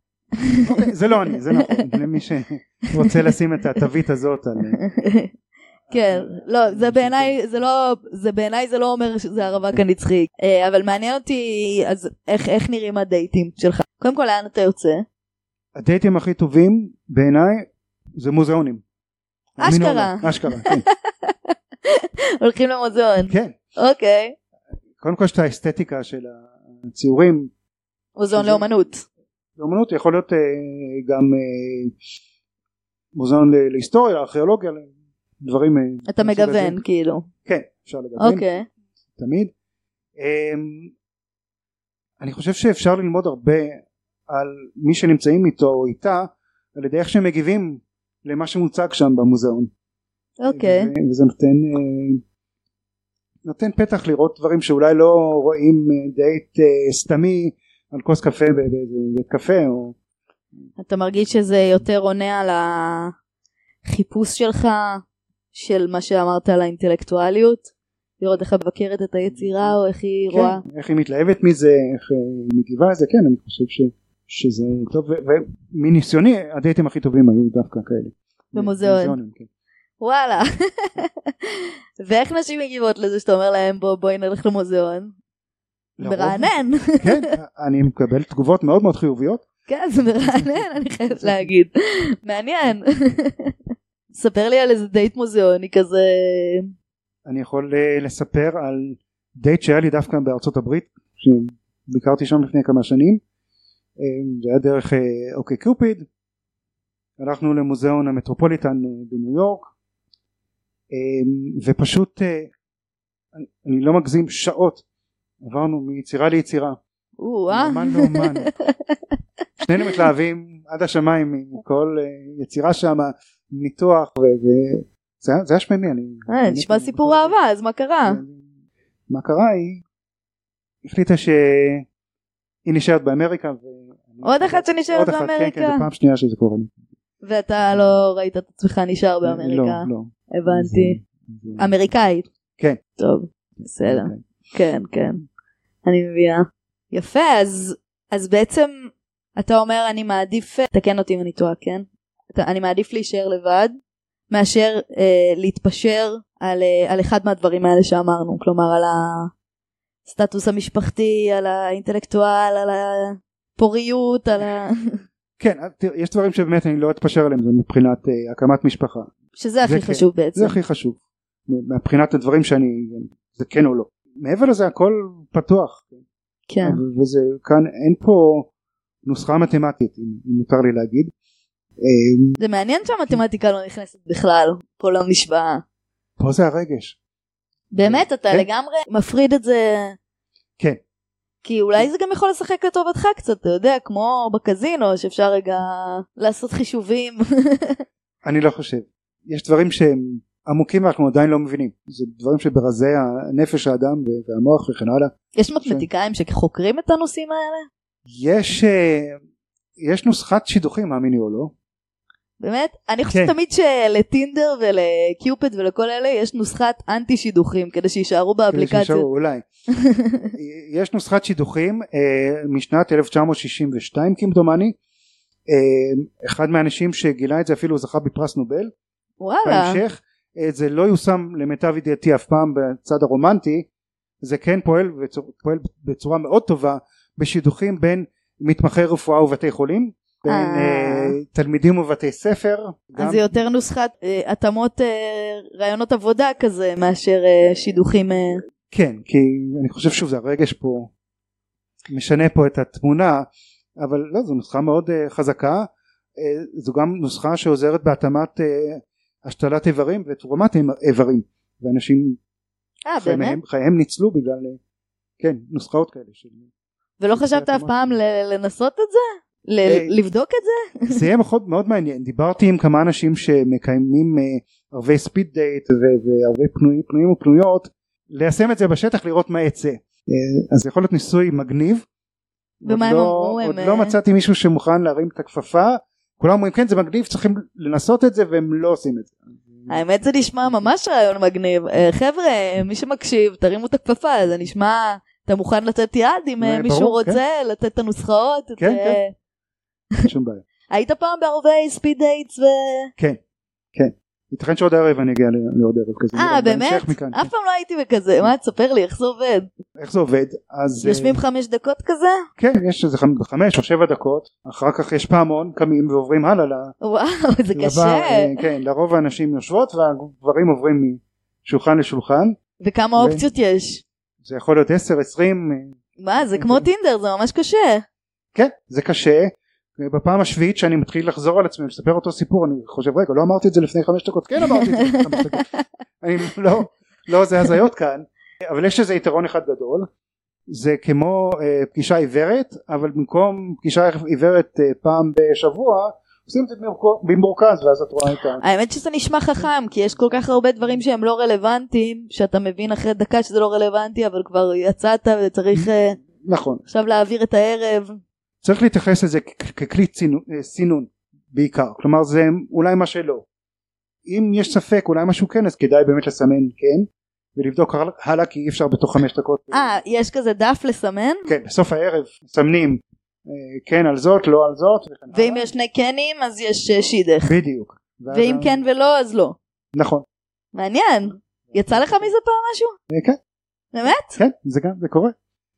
Speaker 2: אוקיי, זה לא אני זה נכון למי שרוצה לשים את התווית הזאת על אה,
Speaker 1: כן, לא, זה בעיניי, זה לא, זה בעיניי זה לא אומר שזה הרווק הנצחי. אה, אבל מעניין אותי, אז איך, איך נראים הדייטים שלך? קודם כל, לאן אתה יוצא?
Speaker 2: הדייטים הכי טובים בעיניי זה מוזיאונים.
Speaker 1: אשכרה.
Speaker 2: תאמינו לי, אשכרה, כן.
Speaker 1: הולכים למוזיאון.
Speaker 2: כן.
Speaker 1: אוקיי.
Speaker 2: קודם כל יש את האסתטיקה של הציורים.
Speaker 1: מוזיאון
Speaker 2: שזה-
Speaker 1: לאומנות.
Speaker 2: באמנות יכול להיות אה, גם אה, מוזיאון ל- להיסטוריה, ארכיאולוגיה, דברים. אה,
Speaker 1: אתה
Speaker 2: מהסוג הזה.
Speaker 1: מגוון כאילו.
Speaker 2: כן, אפשר לגוון,
Speaker 1: אוקיי.
Speaker 2: תמיד. אמ, אני חושב שאפשר ללמוד הרבה על מי שנמצאים איתו או איתה, על ידי איך שהם מגיבים למה שמוצג שם במוזיאון.
Speaker 1: אוקיי.
Speaker 2: ו- וזה נותן אה, נותן פתח לראות דברים שאולי לא רואים אה, דייט אה, סתמי על כוס קפה ב- ב- ב- בבית קפה או
Speaker 1: אתה מרגיש שזה יותר עונה על החיפוש שלך, של מה שאמרת על האינטלקטואליות? לראות איך את מבקרת את היצירה או איך היא רואה.
Speaker 2: כן, איך היא מתלהבת מזה איך אה, היא מגיבה לזה כן אני חושב ש, שזה טוב ו- ומניסיוני הדייטים הכי טובים היו דווקא כאלה
Speaker 1: במוזיאון.
Speaker 2: כן.
Speaker 1: וואלה. ואיך נשים מגיבות לזה שאתה אומר להם בוא בואי נלך למוזיאון?
Speaker 2: לרוב-
Speaker 1: מרענן.
Speaker 2: כן אני מקבל תגובות מאוד מאוד חיוביות
Speaker 1: כן, זה מרענן, אני חייבת להגיד. מעניין. ספר לי על איזה דייט מוזיאוני כזה.
Speaker 2: אני יכול אה, לספר על דייט שהיה לי דווקא בארצות הברית שביקרתי שם לפני כמה שנים אה, זה היה דרך אה, אוקיי קיופיד הלכנו למוזיאון המטרופוליטן אה, בניו יורק אה, ופשוט אה, אני- אני לא מגזים שעות עברנו מיצירה ליצירה
Speaker 1: או-אה.
Speaker 2: אומן לאומן שנינו מתלהבים עד השמיים עם כל אה, יצירה שם ניתוח ו- ו- זה היה- זה היה שממי אני כן.
Speaker 1: אה, נשמע
Speaker 2: אני-
Speaker 1: סיפור אהבה, אז מה קרה?
Speaker 2: מה קרה היא החליטה שהיא נשארת באמריקה ואני
Speaker 1: עוד אחת שנשארת
Speaker 2: עוד אחת, כן, כן,
Speaker 1: באמריקה?
Speaker 2: זו פעם שנייה שזה קורה לי.
Speaker 1: ואתה לא ראית את עצמך נשאר
Speaker 2: לא,
Speaker 1: באמריקה?
Speaker 2: לא. אה,
Speaker 1: הבנתי.
Speaker 2: זה- זה-
Speaker 1: אמריקאית?
Speaker 2: כן.
Speaker 1: טוב, בסדר.
Speaker 2: אוקיי.
Speaker 1: כן, כן. אני מבינה. יפה, אז, אז בעצם אתה אומר אני מעדיף, תקן אותי אם אני טועה, כן? אתה, אני מעדיף להישאר לבד מאשר אה, להתפשר על, אה, על אחד מהדברים האלה שאמרנו, כלומר על הסטטוס המשפחתי, על האינטלקטואל, על הפוריות, על ה...
Speaker 2: כן, אז תראה, יש דברים שבאמת אני לא אתפשר עליהם, זה מבחינת אה, הקמת משפחה.
Speaker 1: שזה הכי
Speaker 2: כן.
Speaker 1: חשוב בעצם.
Speaker 2: זה הכי חשוב. מ- מבחינת הדברים שאני, זה כן או לא. מעבר לזה הכל פתוח.
Speaker 1: כן.
Speaker 2: ו- וזה כאן, אין פה נוסחה מתמטית, אם אם מותר לי להגיד. אה,
Speaker 1: זה מעניין שהמתמטיקה לא נכנסת בכלל, פה לא למשוואה.
Speaker 2: פה זה הרגש.
Speaker 1: באמת, אתה
Speaker 2: כן.
Speaker 1: לגמרי מפריד את זה
Speaker 2: כן.
Speaker 1: כי אולי זה גם יכול לשחק לטובתך קצת, אתה יודע, כמו בקזינו, שאפשר רגע לעשות חישובים.
Speaker 2: אני לא חושב. יש דברים שהם עמוקים ואנחנו עדיין לא מבינים. זה דברים שברזי הנפש האדם ו- והמוח וכן הלאה.
Speaker 1: יש מתמטיקאים שחוקרים את הנושאים האלה?
Speaker 2: יש, אה, יש נוסחת שידוכים, מאמיני או לא.
Speaker 1: באמת? אני חושבת
Speaker 2: כן.
Speaker 1: תמיד שלטינדר ולקיופד ולכל אלה יש נוסחת אנטי שידוכים, כדי שיישארו באפליקציות.
Speaker 2: שישארו, כאילו אולי. יש נוסחת שידוכים אה, משנת 1962 כמדומני. אה, אחד מהאנשים שגילה את זה אפילו זכה בפרס נובל
Speaker 1: וואלה,
Speaker 2: בהמשך. אה, זה לא יושם למיטב ידיעתי אף פעם בצד הרומנטי. זה כן פועל, וצור- פועל בצורה מאוד טובה בשידוכים בין מתמחי רפואה ובתי חולים. בין
Speaker 1: אה.
Speaker 2: אה, תלמידים ובתי ספר. גם-
Speaker 1: אז זה יותר נוסחת אה, התאמות אה, רעיונות עבודה כזה, מאשר אה, שידוכים. אה.
Speaker 2: כן כי אני חושב שוב זה הרגש פה משנה פה את התמונה אבל לא זו נוסחה מאוד uh, חזקה uh, זו גם נוסחה שעוזרת בהתאמת uh, השתלת איברים ותרומת איברים ואנשים
Speaker 1: אה, באמת?
Speaker 2: חייהם, חייהם ניצלו בגלל uh, כן נוסחאות כאלה של...
Speaker 1: ולא חשבת אף פעם ל- לנסות את זה? ל-
Speaker 2: אה,
Speaker 1: לבדוק את זה?
Speaker 2: זה יהיה מאוד, מאוד מעניין דיברתי עם כמה אנשים שמקיימים uh, ערבי ספיד דייט ו- וערבי פנוי, פנויים ופנויות ליישם את זה בשטח לראות מה יצא אה, אז זה יכול להיות ניסוי מגניב
Speaker 1: ומה
Speaker 2: עוד
Speaker 1: הם
Speaker 2: לא-
Speaker 1: אמרו?
Speaker 2: עוד
Speaker 1: הם,
Speaker 2: לא
Speaker 1: אה,
Speaker 2: מצאתי מישהו שמוכן להרים את הכפפה כולם אומרים כן זה מגניב צריכים לנסות את זה והם לא עושים את זה
Speaker 1: האמת זה נשמע ממש רעיון מגניב. אה, חבר'ה, מי שמקשיב, תרימו את הכפפה, זה נשמע... אתה מוכן לתת יד אם אה,
Speaker 2: אה,
Speaker 1: מישהו
Speaker 2: ברור, כן.
Speaker 1: רוצה לתת את הנוסחאות? את,
Speaker 2: כן,
Speaker 1: אה,
Speaker 2: כן. אין שום בעיה כן,
Speaker 1: היית פעם בערבי ספיד דייטס ו...
Speaker 2: ייתכן שעוד הערב אני אגיע ל- לעוד ערב כזה
Speaker 1: אה,
Speaker 2: אבל
Speaker 1: באמת?
Speaker 2: בהמשך מכאן,
Speaker 1: אף פעם לא הייתי בכזה. מה, תספר לי, איך זה עובד?
Speaker 2: כן. איך זה עובד אז אה,
Speaker 1: יושבים חמש דקות כזה?
Speaker 2: כן יש איזה חמ- חמש או שבע דקות אחר כך יש פעמון קמים ועוברים הלאה ל-
Speaker 1: וואו, זה
Speaker 2: לבר,
Speaker 1: קשה.
Speaker 2: אה, כן, לרוב הנשים יושבות והגברים עוברים משולחן לשולחן,
Speaker 1: וכמה
Speaker 2: ו-
Speaker 1: אופציות יש?
Speaker 2: זה יכול להיות 10, 20, אה,
Speaker 1: מה, זה כמו טינדר, זה ממש קשה.
Speaker 2: כן, זה קשה. בפעם השביעית שאני מתחיל לחזור על עצמי ולספר אותו סיפור, אני חושב, רגע, לא אמרתי את זה לפני חמש דקות, כן אמרתי את זה לפני חמש דקות. אני לא, לא, זה הזיות כאן, אבל יש איזה יתרון אחד גדול, זה כמו אה, פגישה עיוורת, אבל במקום פגישה עיוורת אה, פעם בשבוע, עושים את זה במרוכ- במרוכז, ואז את רואה את ה...
Speaker 1: האמת שזה נשמע חכם כי יש כל כך הרבה דברים שהם לא רלוונטיים שאתה מבין אחרי דקה שזה לא רלוונטי אבל כבר יצאת וצריך אה,
Speaker 2: נכון.
Speaker 1: עכשיו להעביר את הערב.
Speaker 2: צריך להתייחס לזה כ- ככלי צינו- אה, סינון בעיקר כלומר זה אולי מה שלא אם יש ספק אולי משהו כן אז כדאי באמת לסמן כן ולבדוק הלאה- הלאה כי אי אפשר בתוך חמש דקות
Speaker 1: אה יש כזה דף לסמן
Speaker 2: כן בסוף הערב מסמנים אה, כן על זאת לא על זאת וכן
Speaker 1: ואם
Speaker 2: הלאה.
Speaker 1: יש שני כנים אז יש אה, שידך
Speaker 2: בדיוק ואז
Speaker 1: ואם
Speaker 2: ה-
Speaker 1: כן ולא אז לא.
Speaker 2: נכון
Speaker 1: מעניין יצא לך מזה פעם משהו?
Speaker 2: אה, כן
Speaker 1: באמת?
Speaker 2: כן זה גם זה קורה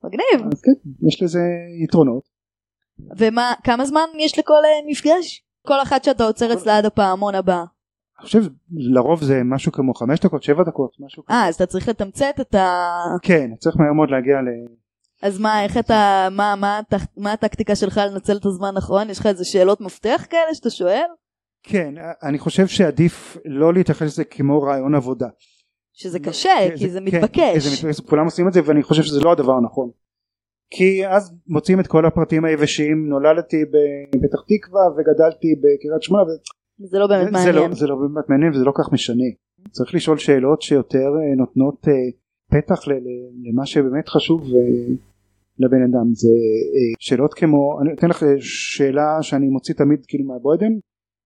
Speaker 1: מגניב.
Speaker 2: אז כן יש לזה יתרונות
Speaker 1: ומה כמה זמן יש לכל אה, מפגש? כל אחת שאתה עוצר אצלה עד הפעמון הבא.
Speaker 2: אני חושב לרוב זה משהו כמו חמש דקות שבע דקות משהו כזה
Speaker 1: אה אז אתה צריך לתמצת את ה...
Speaker 2: כן צריך מהר מאוד להגיע ל...
Speaker 1: אז מה, איך אתה, מה, מה, הטכ- מה הטקטיקה שלך לנצל את הזמן נכון? יש לך איזה שאלות מפתח כאלה שאתה שואל?
Speaker 2: כן אני חושב שעדיף לא להתייחס לזה כמו רעיון עבודה
Speaker 1: שזה קשה, כי זה מתבקש.
Speaker 2: כן, זה מתבקש, כולם עושים את זה ואני חושב שזה לא הדבר הנכון. כי אז מוצאים את כל הפרטים היבשים, נולדתי בפתח תקווה וגדלתי בקריית שמונה, וזה
Speaker 1: זה לא באמת
Speaker 2: זה
Speaker 1: מעניין.
Speaker 2: לא, זה לא באמת מעניין וזה לא כל כך משנה. צריך לשאול שאלות שיותר אה, נותנות אה, פתח ל- ל- למה שבאמת חשוב ו- לבן אדם זה אה, שאלות כמו אני אתן לך אה, שאלה שאני מוציא תמיד כאילו מהבוידן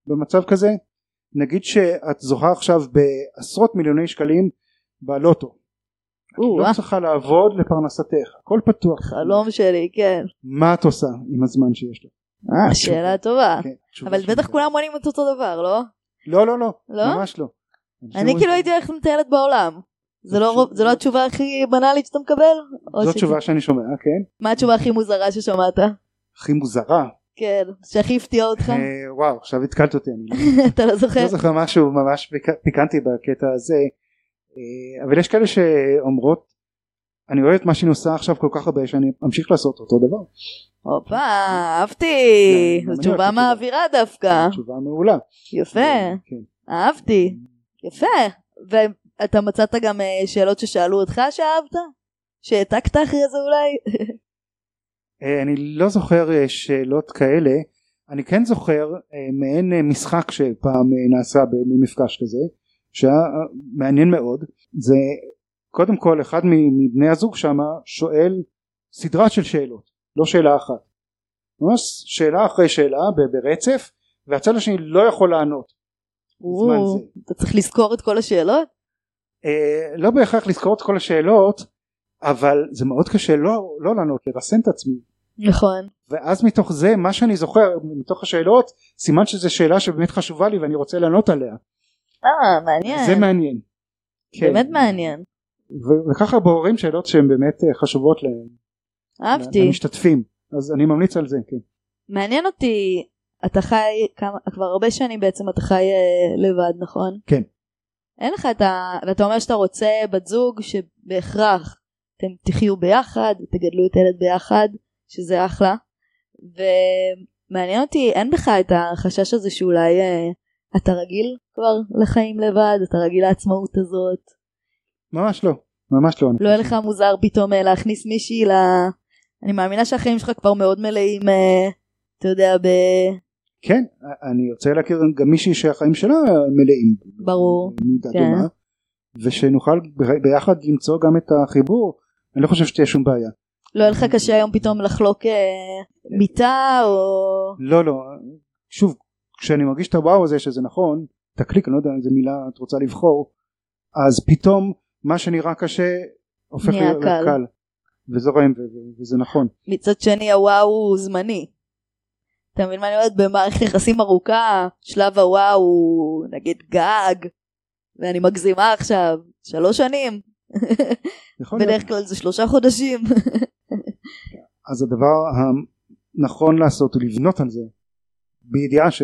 Speaker 2: במצב כזה נגיד שאת זוכה עכשיו בעשרות מיליוני שקלים בלוטו
Speaker 1: או,
Speaker 2: לא צריכה לעבוד לפרנסתך הכל פתוח
Speaker 1: חלום שלי, כן.
Speaker 2: מה את עושה עם הזמן שיש לך
Speaker 1: אה, שאלה טובה.
Speaker 2: כן, תשובה
Speaker 1: אבל
Speaker 2: שלך.
Speaker 1: בטח כולם עונים את אותו דבר, לא?
Speaker 2: לא לא לא
Speaker 1: לא?
Speaker 2: ממש לא אנשים
Speaker 1: אני
Speaker 2: אומרים-
Speaker 1: כאילו הייתי הולכת מטיילת בעולם. זה לא רוב- זה לא התשובה הכי בנאלית שאתה מקבל? או
Speaker 2: זאת
Speaker 1: ש-
Speaker 2: תשובה שאני שומע כן
Speaker 1: מה התשובה הכי מוזרה ששמעת?
Speaker 2: הכי מוזרה
Speaker 1: כן, שהכי הפתיע אותך?
Speaker 2: אה, וואו עכשיו התקלת אותי אני
Speaker 1: אתה לא זוכר?
Speaker 2: לא זוכר משהו ממש פיק- פיקנטי בקטע הזה אה, אבל יש כאלה שאומרות אני אוהבת מה שאני עושה עכשיו כל כך הרבה שאני אמשיך לעשות אותו דבר
Speaker 1: הופה, אהבתי.
Speaker 2: כן, גם אני
Speaker 1: זו תשובה
Speaker 2: אוהב את התשובה.
Speaker 1: מעבירה דווקא.
Speaker 2: תשובה מעולה
Speaker 1: יפה,
Speaker 2: כן.
Speaker 1: אהבתי. יפה. ואתה מצאת גם אה, שאלות ששאלו אותך שאהבת? שהעתקת אחרי זה אולי?
Speaker 2: אה, אני לא זוכר אה, שאלות כאלה אני כן זוכר אה, מעין אה, משחק שפעם אה, נעשה במפגש כזה שהיה אה, מעניין מאוד זה קודם כל אחד מ- מבני הזוג שמה שואל סדרה של שאלות לא שאלה אחת ממש שאלה אחרי שאלה ב- ברצף והצד השני לא יכול לענות בזמן
Speaker 1: או,
Speaker 2: זה.
Speaker 1: אתה צריך לזכור את כל השאלות?
Speaker 2: אה, לא בהכרח לזכור את כל השאלות אבל זה מאוד קשה לא, לא לענות לרסן את עצמי
Speaker 1: נכון.
Speaker 2: ואז מתוך זה מה שאני זוכר מתוך השאלות סימן שזו שאלה שבאמת חשובה לי ואני רוצה לענות עליה
Speaker 1: אה, מעניין.
Speaker 2: זה מעניין כן.
Speaker 1: באמת מעניין.
Speaker 2: ו- וככה בוררים שאלות שהן באמת אה, חשובות להם
Speaker 1: אהבתי.
Speaker 2: למשתתפים אז אני ממליץ על זה כן
Speaker 1: מעניין אותי, אתה חי כמה, כבר הרבה שנים בעצם אתה חי אה, לבד, נכון?
Speaker 2: כן.
Speaker 1: אין לך את ה... ואתה אומר שאתה רוצה בת זוג שבהכרח אתם תחיו ביחד, תגדלו את הילד ביחד, שזה אחלה. ומעניין אותי, אין בך את החשש הזה שאולי אה, אתה רגיל כבר לחיים לבד, אתה רגיל לעצמאות הזאת,
Speaker 2: ממש לא ממש לא
Speaker 1: לא יהיה לך מוזר פתאום אה, להכניס מישהי ל... אני מאמינה שהחיים שלך כבר מאוד מלאים, אה, אתה יודע, ב...
Speaker 2: כן אני רוצה להכיר גם מישהי שהחיים שלה מלאים
Speaker 1: ברור.
Speaker 2: במידה
Speaker 1: כן.
Speaker 2: דומה ושנוכל ב- ביחד למצוא גם את החיבור אני לא חושב שתהיה שום בעיה
Speaker 1: לא יהיה לך
Speaker 2: אוקיי.
Speaker 1: קשה היום פתאום לחלוק אה, מיטה או...
Speaker 2: לא לא שוב כשאני מרגיש את הוואו הזה שזה נכון תקליק אני לא יודע איזה מילה את רוצה לבחור אז פתאום מה שנראה קשה הופך
Speaker 1: נהיה
Speaker 2: להיות
Speaker 1: קל.
Speaker 2: לקל וזורם ו- ו- וזה נכון
Speaker 1: מצד שני הוואו הוא זמני. אתה מבין מה אני אומרת? במערכת יחסים ארוכה, שלב הוואו הוא נגיד גג, ואני מגזימה עכשיו, שלוש שנים,
Speaker 2: יכול להיות.
Speaker 1: בדרך כלל זה שלושה חודשים.
Speaker 2: אז הדבר הנכון לעשות הוא לבנות על זה בידיעה ש...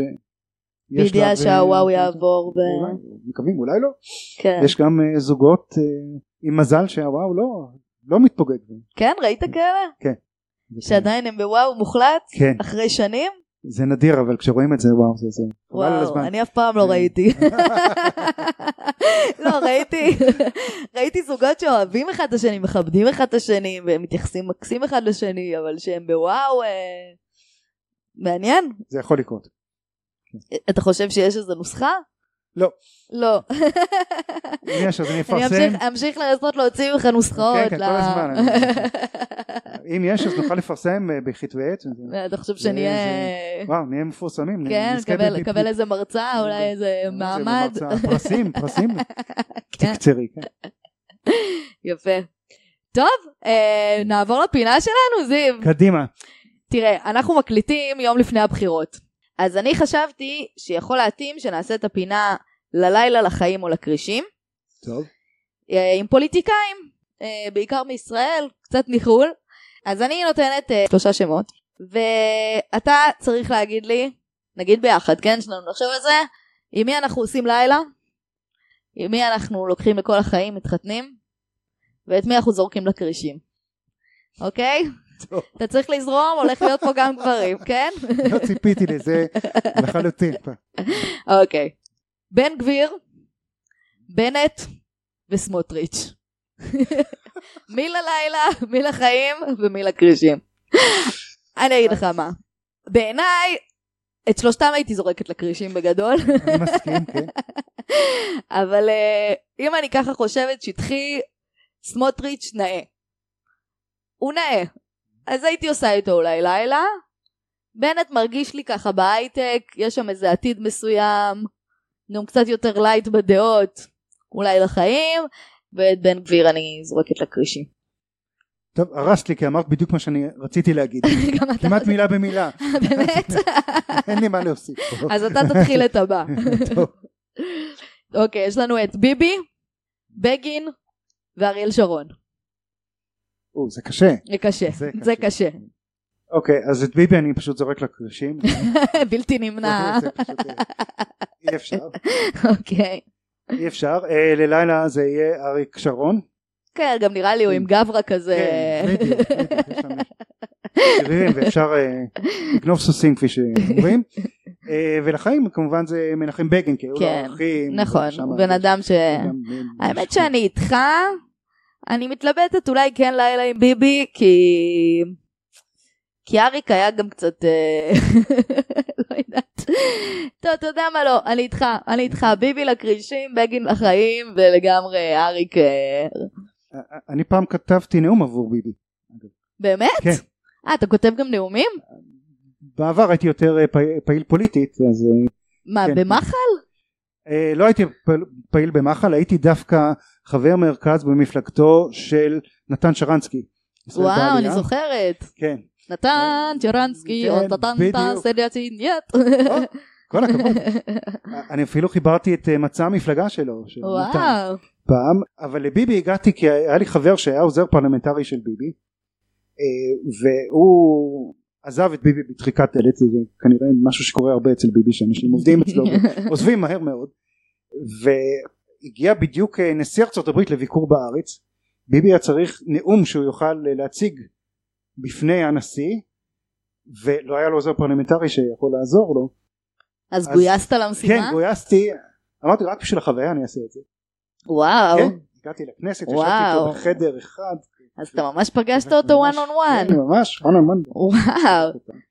Speaker 2: יש
Speaker 1: בידיעה
Speaker 2: לה-
Speaker 1: שהוואו יעבור ו...
Speaker 2: אולי, מקווים אולי לא
Speaker 1: כן.
Speaker 2: יש גם אה, זוגות אה, עם מזל שהוואו לא לא מתפוגג
Speaker 1: כן, ראית כאלה? שעדיין הם בוואו מוחלט?
Speaker 2: כן
Speaker 1: אחרי שנים?
Speaker 2: זה נדיר אבל כשרואים את זה וואו זה זה חבל על
Speaker 1: וואו,
Speaker 2: הזמן.
Speaker 1: אני אף פעם לא
Speaker 2: כן.
Speaker 1: ראיתי. לא, ראיתי, ראיתי זוגות שאוהבים אחד את השני, מכבדים אחד את השני, והם מתייחסים מקסים אחד לשני, אבל שהם בוואו... אה, מעניין.
Speaker 2: זה יכול לקרות
Speaker 1: אתה חושב שיש איזו נוסחה?
Speaker 2: לא.
Speaker 1: לא.
Speaker 2: אם יש אז אני
Speaker 1: אני אמשיך- לא.
Speaker 2: אפרסם
Speaker 1: אמשיך לנסות להוציא ממך נוסחאות.
Speaker 2: כן, כן,
Speaker 1: ל-
Speaker 2: כל הזמן, אם יש אז נוכל לפרסם אה, בכתבי עת
Speaker 1: אתה חושב
Speaker 2: זה-
Speaker 1: שנהיה...
Speaker 2: וואו נהיה מפורסמים
Speaker 1: כן,
Speaker 2: נזכה
Speaker 1: קבל-
Speaker 2: ב- ב-
Speaker 1: קבל איזה מרצה, אולי איזה
Speaker 2: איזה
Speaker 1: מעמד.
Speaker 2: מרצה. פרסים פרסים
Speaker 1: כן.
Speaker 2: תקצרי כן.
Speaker 1: יפה. טוב, אה, נעבור לפינה שלנו, זיו.
Speaker 2: קדימה
Speaker 1: תראה, אנחנו מקליטים יום לפני הבחירות. אז אני חשבתי שיכול להתאים שנעשה את הפינה ללילה לחיים או לכרישים,
Speaker 2: טוב
Speaker 1: אה, עם פוליטיקאים, אה, בעיקר מישראל, קצת מחו"ל. אז אני נותנת אה, שלושה שמות, ואתה צריך להגיד לי, נגיד ביחד, כן? שלנו נחשוב על זה, עם מי אנחנו עושים לילה, עם מי אנחנו לוקחים לכל החיים, מתחתנים, ואת מי אנחנו זורקים לכרישים. אוקיי?
Speaker 2: טוב.
Speaker 1: אתה צריך לזרום, הולך להיות פה גם גברים, כן?
Speaker 2: לא ציפיתי לזה לחלוטין
Speaker 1: אוקיי. בן גביר, בנט וסמוטריץ'. מי ללילה, מי לחיים ומי לכרישים. אני אגיד לך מה. בעיניי, את שלושתם הייתי זורקת לכרישים בגדול,
Speaker 2: אני מסכים כן
Speaker 1: אבל אה, אם אני ככה חושבת, שטחי, סמוטריץ' נאה. הוא נאה. אז הייתי עושה איתו אולי לילה. בנט מרגיש לי ככה בהייטק, יש שם איזה עתיד מסוים, גם קצת יותר לייט בדעות, אולי לחיים, ואת בן גביר אני זורקת לכרישים.
Speaker 2: טוב, הרסת לי כי אמרת בדיוק מה שאני רציתי להגיד.
Speaker 1: גם אתה...
Speaker 2: כמעט מילה במילה,
Speaker 1: באמת?
Speaker 2: אין לי מה להוסיף אוקיי. פה.
Speaker 1: אז אתה תתחיל את הבא.
Speaker 2: טוב,
Speaker 1: אוקיי, יש לנו את ביבי, בגין ואריאל שרון.
Speaker 2: או, זה קשה.
Speaker 1: זה קשה,
Speaker 2: זה קשה.
Speaker 1: זה קשה.
Speaker 2: אוקיי, אז את ביבי אני פשוט זורק לקרשים.
Speaker 1: בלתי נמנע.
Speaker 2: זה פשוט, אה, אי אפשר,
Speaker 1: אוקיי.
Speaker 2: אי אפשר. אה, ללילה זה יהיה אריק שרון.
Speaker 1: כן, גם נראה לי הוא עם גברא כזה.
Speaker 2: כן, בדיוק, בדיוק, יש שם שירים ואפשר אה, לגנוב סוסים כפי שאומרים. אה, ולחיים כמובן זה מנחם בגין, כי היו לו
Speaker 1: כן,
Speaker 2: אחים.
Speaker 1: נכון,
Speaker 2: שם
Speaker 1: בן אדם ש...
Speaker 2: גם, אה,
Speaker 1: האמת
Speaker 2: משהו.
Speaker 1: שאני איתך, אני מתלבטת אולי כן לילה עם ביבי, כי... כי אריק היה גם קצת... אה, לא יודעת. טוב, אתה יודע מה לא, אני איתך, אני איתך, ביבי לכרישים, בגין לחיים, ולגמרי אריק... אה,
Speaker 2: אה, אני פעם כתבתי נאום עבור ביבי.
Speaker 1: באמת?
Speaker 2: כן.
Speaker 1: אה, אתה כותב גם נאומים?
Speaker 2: בעבר הייתי יותר אה, פעיל- פעיל פוליטית, אז אה,
Speaker 1: מה,
Speaker 2: כן.
Speaker 1: במחל?
Speaker 2: אה, לא הייתי פעיל- פעיל במח"ל, הייתי דווקא חבר מרכז במפלגתו של נתן שרנסקי. ישראל
Speaker 1: וואו, אני
Speaker 2: בעלייה.
Speaker 1: זוכרת.
Speaker 2: כן.
Speaker 1: נתן צ'רנסקי,
Speaker 2: כן,
Speaker 1: או נתן
Speaker 2: בדיוק. כן,
Speaker 1: טסליאצ'ין, יט.
Speaker 2: או, כל הכבוד. אה, אני אפילו חיברתי את אה, מצע המפלגה שלו, של נתן,
Speaker 1: וואו.
Speaker 2: פעם, אבל לביבי הגעתי כי היה לי חבר שהיה עוזר פרלמנטרי של ביבי, אה, והוא עזב את ביבי בדחיקת דלת, זה כנראה משהו שקורה הרבה אצל ביבי, שאנשים עובדים אצלו ועוזבים מהר מאוד, והגיע בדיוק אה, נשיא ארצות הברית לביקור בארץ, ביבי היה צריך נאום שהוא יוכל אה, להציג בפני הנשיא, ולא היה לו עוזר פרלמנטרי שיכול לעזור לו,
Speaker 1: אז
Speaker 2: אז-
Speaker 1: גויסת
Speaker 2: כן
Speaker 1: למשימה?
Speaker 2: גויסתי, אמרתי רק בשביל החוויה אני אעשה את זה,
Speaker 1: וואו.
Speaker 2: כן, הגעתי לכנסת, ישבתי
Speaker 1: וואו.
Speaker 2: איתו בחדר אחד,
Speaker 1: אז אתה ממש פגשת אותו
Speaker 2: ממש-
Speaker 1: one on one.
Speaker 2: כן, ממש, one on one.
Speaker 1: וואו.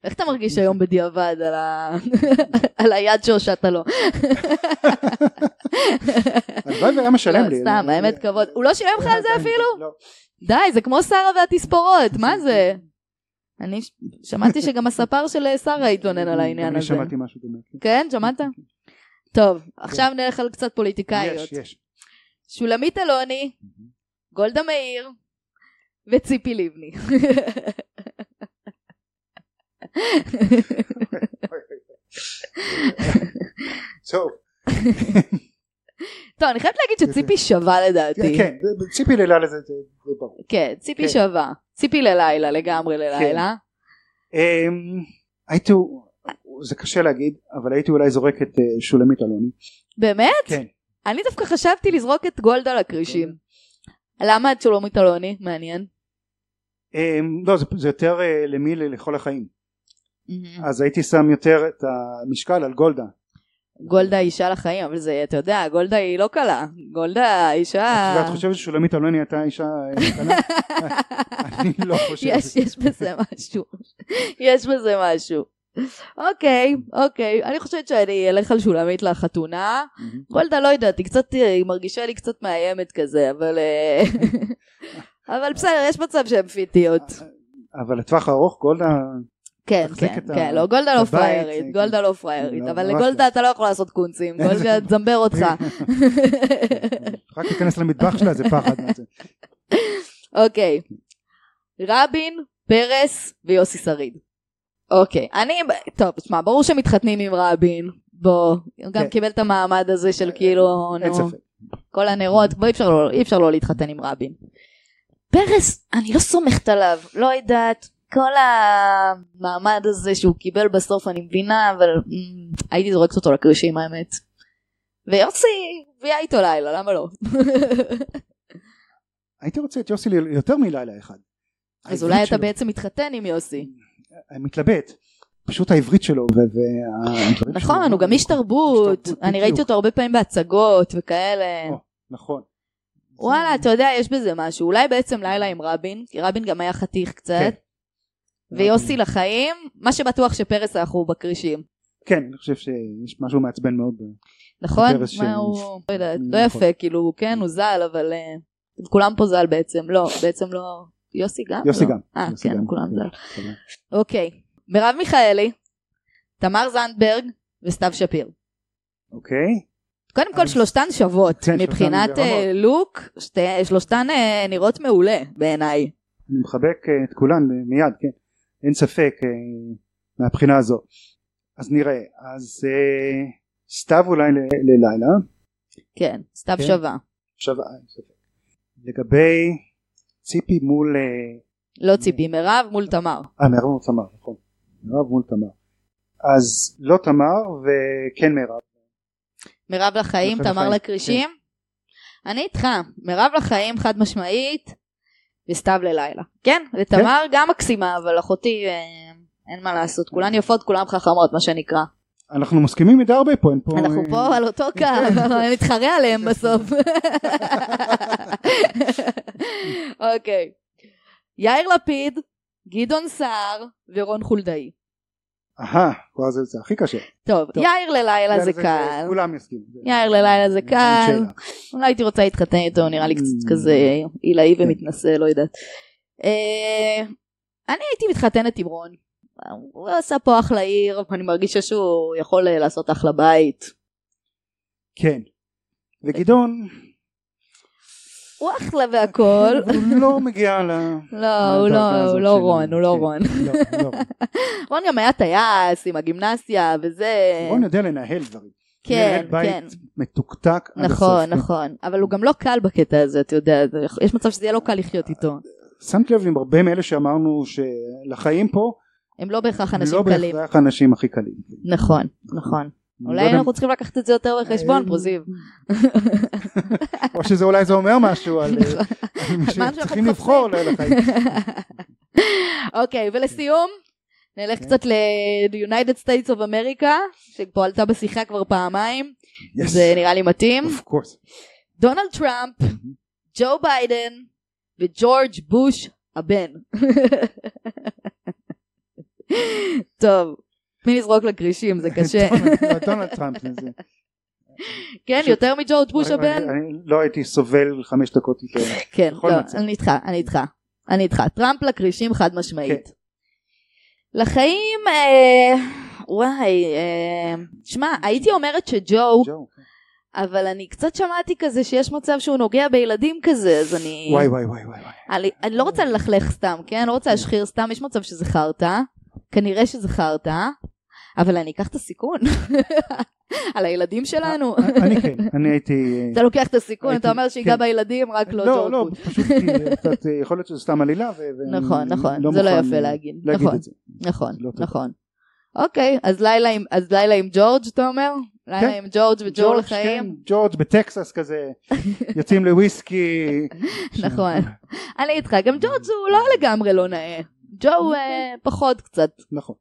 Speaker 1: איך אתה מרגיש היום בדיעבד על ה- על היד לא? שהושעת לו?
Speaker 2: הלוואי והיה משלם
Speaker 1: לא,
Speaker 2: לי.
Speaker 1: סתם,
Speaker 2: אני-
Speaker 1: האמת כבוד. הוא לא שילם לך על זה אפילו?
Speaker 2: לא.
Speaker 1: די, זה כמו שרה והתספורות, מה זה? אני ש- שמעתי שגם הספר של אה, שרה התלונן על העניין
Speaker 2: אני
Speaker 1: הזה.
Speaker 2: שמעתי משהו דומה. כן. כן.
Speaker 1: כן, שמעת? טוב, עכשיו נלך על קצת פוליטיקאיות.
Speaker 2: יש, יש.
Speaker 1: שולמית אלוני, גולדה מאיר וציפי לבני.
Speaker 2: טוב,
Speaker 1: טוב, אני חייבת להגיד שציפי שווה לדעתי.
Speaker 2: כן, זה- ציפי ללילה זה זה- זה ברור.
Speaker 1: כן, ציפי
Speaker 2: כן.
Speaker 1: שווה. ציפי ללילה, לגמרי ללילה.
Speaker 2: אמ, הייתי, זה קשה להגיד, אבל הייתי אולי זורק את אה, שולמית אלוני.
Speaker 1: באמת?
Speaker 2: כן.
Speaker 1: אני דווקא חשבתי לזרוק את גולדה לכרישים. למה את שולמית אלוני? מעניין.
Speaker 2: אמ, לא, זה- זה יותר אה, למי ל- לכל החיים. אז הייתי שם יותר את המשקל על גולדה.
Speaker 1: אה. גולדה היא אישה לחיים, אבל זה, אתה יודע, גולדה היא לא קלה. גולדה היא אישה...
Speaker 2: ואת חושבת ששולמית אלוני הייתה אישה אה, קטנה? אני לא חושב.
Speaker 1: יש, יש בזה משהו. יש בזה משהו. אוקיי, אוקיי. אני חושבת שאני אלך על שולמית לחתונה.
Speaker 2: מהמם.
Speaker 1: גולדה לא יודעת, היא קצת, היא מרגישה לי קצת מאיימת כזה, אבל... אה, אבל בסדר, יש מצב שהן פיתיות.
Speaker 2: אבל לטווח הארוך גולדה
Speaker 1: כן,
Speaker 2: אה, תחזיק
Speaker 1: כן,
Speaker 2: את ה-
Speaker 1: כן, לא, גולדה לא
Speaker 2: את הבית,
Speaker 1: פריירית,
Speaker 2: כן.
Speaker 1: גולדה לא פריירית,
Speaker 2: לא,
Speaker 1: אבל
Speaker 2: ממש
Speaker 1: לגולדה
Speaker 2: לא.
Speaker 1: אתה לא יכול לעשות קונצים, גולדה תזמבר אותך.
Speaker 2: רק להיכנס למטבח שלה זה פחד. מה זה.
Speaker 1: אוקיי. רבין, פרס ויוסי שריד. אוקיי, אני, טוב, תשמע, ברור שמתחתנים עם רבין, בוא, הוא גם
Speaker 2: כן. אה,
Speaker 1: קיבל את המעמד הזה של כאילו,
Speaker 2: אין
Speaker 1: נו,
Speaker 2: ספק.
Speaker 1: כל הנרות, בוא, אי אפשר לא- אי אפשר לא להתחתן עם רבין. פרס, אני לא סומכת עליו, לא יודעת, כל המעמד הזה שהוא קיבל בסוף אני מבינה, אבל אמ, הייתי זורקת אותו לקרישים האמת. ויוסי, ויה איתו לילה, למה לא?
Speaker 2: הייתי רוצה את יוסי ל- יותר מלילה אחד.
Speaker 1: אז
Speaker 2: העברית
Speaker 1: אולי אתה
Speaker 2: שלו-
Speaker 1: בעצם מתחתן עם יוסי.
Speaker 2: אני מתלבט. פשוט העברית שלו ו- והדברים שלו. לא
Speaker 1: נכון, הוא גם איש תרבות,
Speaker 2: תרבות,
Speaker 1: אני ראיתי
Speaker 2: בדיוק.
Speaker 1: אותו הרבה פעמים בהצגות וכאלה.
Speaker 2: או, נכון.
Speaker 1: וואלה, אתה יודע, יש בזה משהו. אולי בעצם לילה עם רבין, כי רבין גם היה חתיך
Speaker 2: כן.
Speaker 1: קצת, ויוסי לחיים, מה שבטוח שפרס אנחנו בכרישים.
Speaker 2: כן, אני חושב שיש משהו מעצבן מאוד.
Speaker 1: נכון?
Speaker 2: פרס
Speaker 1: מה
Speaker 2: ש-
Speaker 1: הוא, לא יודעת, לא
Speaker 2: נכון.
Speaker 1: יפה, כאילו, כן, הוא זל, אבל אה, כולם פה זל בעצם, לא, בעצם לא, יוסי גם?
Speaker 2: יוסי
Speaker 1: לא.
Speaker 2: גם.
Speaker 1: אה,
Speaker 2: יוסי
Speaker 1: כן,
Speaker 2: גם,
Speaker 1: כולם זה.
Speaker 2: כולם.
Speaker 1: אוקיי. מרב מיכאלי, תמר זנדברג וסתיו שפיר.
Speaker 2: אוקיי.
Speaker 1: קודם כל
Speaker 2: אז-
Speaker 1: שלושתן שוות,
Speaker 2: כן, שלושתן
Speaker 1: מבחינת
Speaker 2: ברמות.
Speaker 1: אה, לוק, שתי- שלושתן אה, נראות מעולה בעיניי.
Speaker 2: אני מחבק אה, את כולן אה, מיד, כן. אין ספק אה, מהבחינה הזו. אז נראה. אז אה, סתיו אולי ל- ללילה.
Speaker 1: כן, סתיו
Speaker 2: כן.
Speaker 1: שווה.
Speaker 2: עכשיו אה, אין ספק. לגבי ציפי מול אה,
Speaker 1: לא ציפי מירב מול תמר.
Speaker 2: אה מירב מול תמר נכון מירב מול תמר אז לא תמר וכן מירב
Speaker 1: מירב לחיים,
Speaker 2: מירב
Speaker 1: תמר
Speaker 2: לחיים, כן.
Speaker 1: לכרישים. אני איתך, מירב לחיים חד משמעית, וסתיו ללילה. כן, ותמר גם מקסימה, אבל אחותי, אה, אין מה לעשות, כולן יפות, כולן חכמות, מה שנקרא.
Speaker 2: אנחנו מסכימים מדי הרבה פה אין פה
Speaker 1: אנחנו
Speaker 2: אה,
Speaker 1: פה על אותו קו, אנחנו נתחרה עליהם בסוף. אוקיי. יאיר לפיד, גדעון סער ורון חולדאי.
Speaker 2: אהה וואו, זה זה הכי קשה
Speaker 1: טוב,
Speaker 2: טוב.
Speaker 1: יאיר ללילה זה
Speaker 2: זה-
Speaker 1: קל.
Speaker 2: כולם יסכימו זה-
Speaker 1: יאיר ללילה זה
Speaker 2: אין
Speaker 1: קל.
Speaker 2: שאלה.
Speaker 1: אולי הייתי רוצה להתחתן איתו נראה לי קצת
Speaker 2: Mm.
Speaker 1: כזה עילאי
Speaker 2: כן.
Speaker 1: ומתנשא לא יודעת. אה, אני הייתי מתחתנת עם רון. הוא עשה פה אחלה עיר אני מרגישה שהוא יכול אה, לעשות אחלה בית.
Speaker 2: כן וגדעון
Speaker 1: הוא אחלה והכל.
Speaker 2: הוא לא מגיע ל...
Speaker 1: לא הוא
Speaker 2: לדרגה
Speaker 1: לא
Speaker 2: הזאת
Speaker 1: הוא לא
Speaker 2: של-
Speaker 1: רון הוא לא
Speaker 2: כן,
Speaker 1: רון.
Speaker 2: לא, הוא לא רון.
Speaker 1: רון גם היה טייס עם הגימנסיה וזה.
Speaker 2: רון יודע לנהל דברים
Speaker 1: אה. כן
Speaker 2: מנהל בית
Speaker 1: כן.
Speaker 2: מתוקתק עד
Speaker 1: נכון
Speaker 2: הסוף, כן.
Speaker 1: נכון אבל הוא גם לא קל בקטע הזה אתה יודע זה- יש מצב שזה יהיה לא קל לחיות איתו.
Speaker 2: שמת לב עם הרבה מאלה שאמרנו שלחיים פה
Speaker 1: הם לא בהכרח
Speaker 2: הם
Speaker 1: אנשים
Speaker 2: לא
Speaker 1: קלים.
Speaker 2: בהכרח האנשים הכי קלים
Speaker 1: נכון נכון.
Speaker 2: אני לא
Speaker 1: אולי
Speaker 2: יודע-
Speaker 1: אנחנו צריכים לקחת את זה יותר בחשבון,
Speaker 2: אה,
Speaker 1: פרוזיב.
Speaker 2: או שזה אולי זה אומר משהו על
Speaker 1: נכון.
Speaker 2: על מה
Speaker 1: על מה
Speaker 2: שצריכים
Speaker 1: אנחנו
Speaker 2: לבחור לחיים.
Speaker 1: אוקיי, ולסיום, נלך
Speaker 2: אה. כן.
Speaker 1: קצת ל-United States of America, שפה עלתה בשיחה כבר פעמיים,
Speaker 2: Yes,
Speaker 1: זה נראה לי מתאים.
Speaker 2: of course.
Speaker 1: דונלד טראמפ,
Speaker 2: Mm-hmm.
Speaker 1: ג'ו ביידן וג'ורג' בוש הבן. טוב, מי נזרוק לכרישים, זה קשה.
Speaker 2: דונלד- דונלד טראמפ זה- זה.
Speaker 1: כן,
Speaker 2: פשוט-
Speaker 1: יותר מג'ורג' בוש
Speaker 2: אני-
Speaker 1: הבן?
Speaker 2: אני לא הייתי סובל חמש דקות איתו.
Speaker 1: כן,
Speaker 2: בכל מצב.
Speaker 1: לא, אני איתך, אני איתך, אני איתך. טראמפ לכרישים חד
Speaker 2: כן.
Speaker 1: משמעית. לחיים, אה, וואי, אה, שמע, הייתי אומרת שג'ו,
Speaker 2: Mm-hmm. ג'ו.
Speaker 1: אבל אני קצת שמעתי כזה שיש מצב שהוא נוגע בילדים כזה, אז אני...
Speaker 2: וואי וואי וואי וואי. וואי.
Speaker 1: אני, אני לא רוצה ללכלך סתם, כן? אני לא רוצה להשחיר סתם, יש מצב שזה חרטא, כנראה שזה חרטא, אבל אני אקח את הסיכון. על הילדים שלנו.
Speaker 2: אני כן, אני הייתי... אה,
Speaker 1: אתה לוקח את הסיכון,
Speaker 2: הייתי-
Speaker 1: אתה אומר שיגע
Speaker 2: כן.
Speaker 1: בילדים, רק לא
Speaker 2: לא,
Speaker 1: ג'ורג'
Speaker 2: לא,
Speaker 1: בוש.
Speaker 2: פשוט כי, אה, קצת, אה, יכול להיות שזה סתם עלילה. ו- ואני
Speaker 1: נכון, נכון,
Speaker 2: לא
Speaker 1: זה לא
Speaker 2: מוכן,
Speaker 1: יפה
Speaker 2: אה,
Speaker 1: להגיד.
Speaker 2: להגיד
Speaker 1: נכון.
Speaker 2: את זה.
Speaker 1: נכון,
Speaker 2: לא טוב.
Speaker 1: נכון. אוקיי, אז לילה עם- אז לילה עם ג'ורג' אתה אומר? לילה
Speaker 2: כן.
Speaker 1: עם ג'ורג' וג'ו
Speaker 2: ג'ורג',
Speaker 1: לחיים?
Speaker 2: כן, ג'ורג' בטקסס כזה, יוצאים לוויסקי.
Speaker 1: נכון.
Speaker 2: כן.
Speaker 1: אני איתך, גם ג'ורג' הוא לא לגמרי לא נאה. ג'ו
Speaker 2: אוקיי.
Speaker 1: אה, פחות קצת.
Speaker 2: נכון.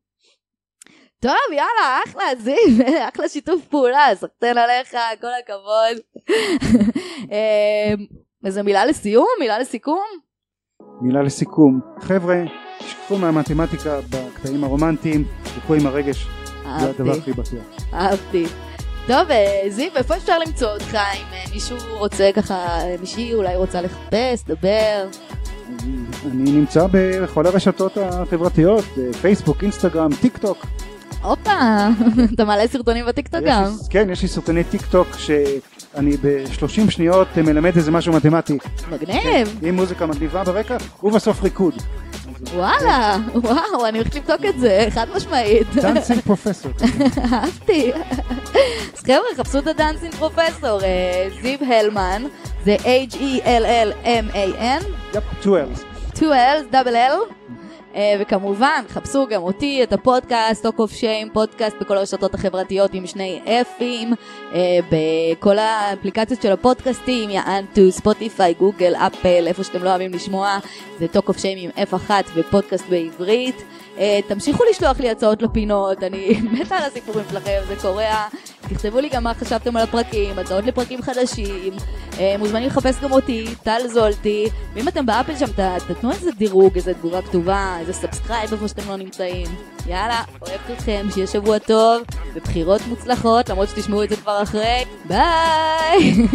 Speaker 1: טוב, יאללה, אחלה, זיו, אחלה שיתוף פעולה, סחטיין עליך, כל הכבוד. אמ, איזה מילה לסיום? מילה לסיכום?
Speaker 2: מילה לסיכום. חבר'ה, שכחו מהמתמטיקה בקטעים הרומנטיים, תלכו עם הרגש, זה הדבר
Speaker 1: אהבתי,
Speaker 2: הכי בטוח.
Speaker 1: אהבתי. טוב, אה, זיו, איפה אפשר למצוא אותך? אם אה, מישהו רוצה ככה, אה, מישהי אולי רוצה לחפש, דבר.
Speaker 2: אני נמצא בכל הרשתות החברתיות, אה, פייסבוק, אינסטגרם, טיק טוק.
Speaker 1: הופה, אתה מעלה סרטונים בטיקטוק
Speaker 2: יש לי-
Speaker 1: אה, גם.
Speaker 2: כן, יש לי סרטוני טיק טוק שאני ב-30 שניות אה, מלמד איזה משהו מתמטי,
Speaker 1: מגניב,
Speaker 2: עם מוזיקה מגניבה ברקע, ובסוף ריקוד.
Speaker 1: וואלה, וואו, אני הולכת לבדוק את זה, חד משמעית.
Speaker 2: דאנסינג פרופסור.
Speaker 1: אהבתי. אז חבר'ה, חפשו את הדאנסינג פרופסור, אה, זיו הלמן, זה E H-E-L-L-M-A-N,
Speaker 2: יפ, 12.
Speaker 1: 2L, דאבל L, אה, וכמובן, חפשו גם אותי, את הפודקאסט, טוק אוף שיים, פודקאסט בכל הרשתות החברתיות עם שני F'ים, אה, בכל האפליקציות של הפודקאסטים, יענטו, ספוטיפיי, גוגל, אפל, איפה שאתם לא אוהבים לשמוע, זה טוק אוף שיים עם F1 ופודקאסט בעברית. אה, תמשיכו לשלוח לי הצעות לפינות, אני מתה על הסיפורים שלכם, זה קורע. תכתבו לי גם מה חשבתם על הפרקים, הצעות לפרקים חדשים, אה, מוזמנים לחפש גם אותי, טל זולטי, ואם אתם באפל שם, ת- תתנו איזה דירוג, איזה תגובה כתובה, איזה סאבסקרייב איפה שאתם לא נמצאים. יאללה, אוהבת אתכם, שיהיה שבוע טוב, ובחירות מוצלחות, למרות שתשמעו את זה כבר אחרי, ביי!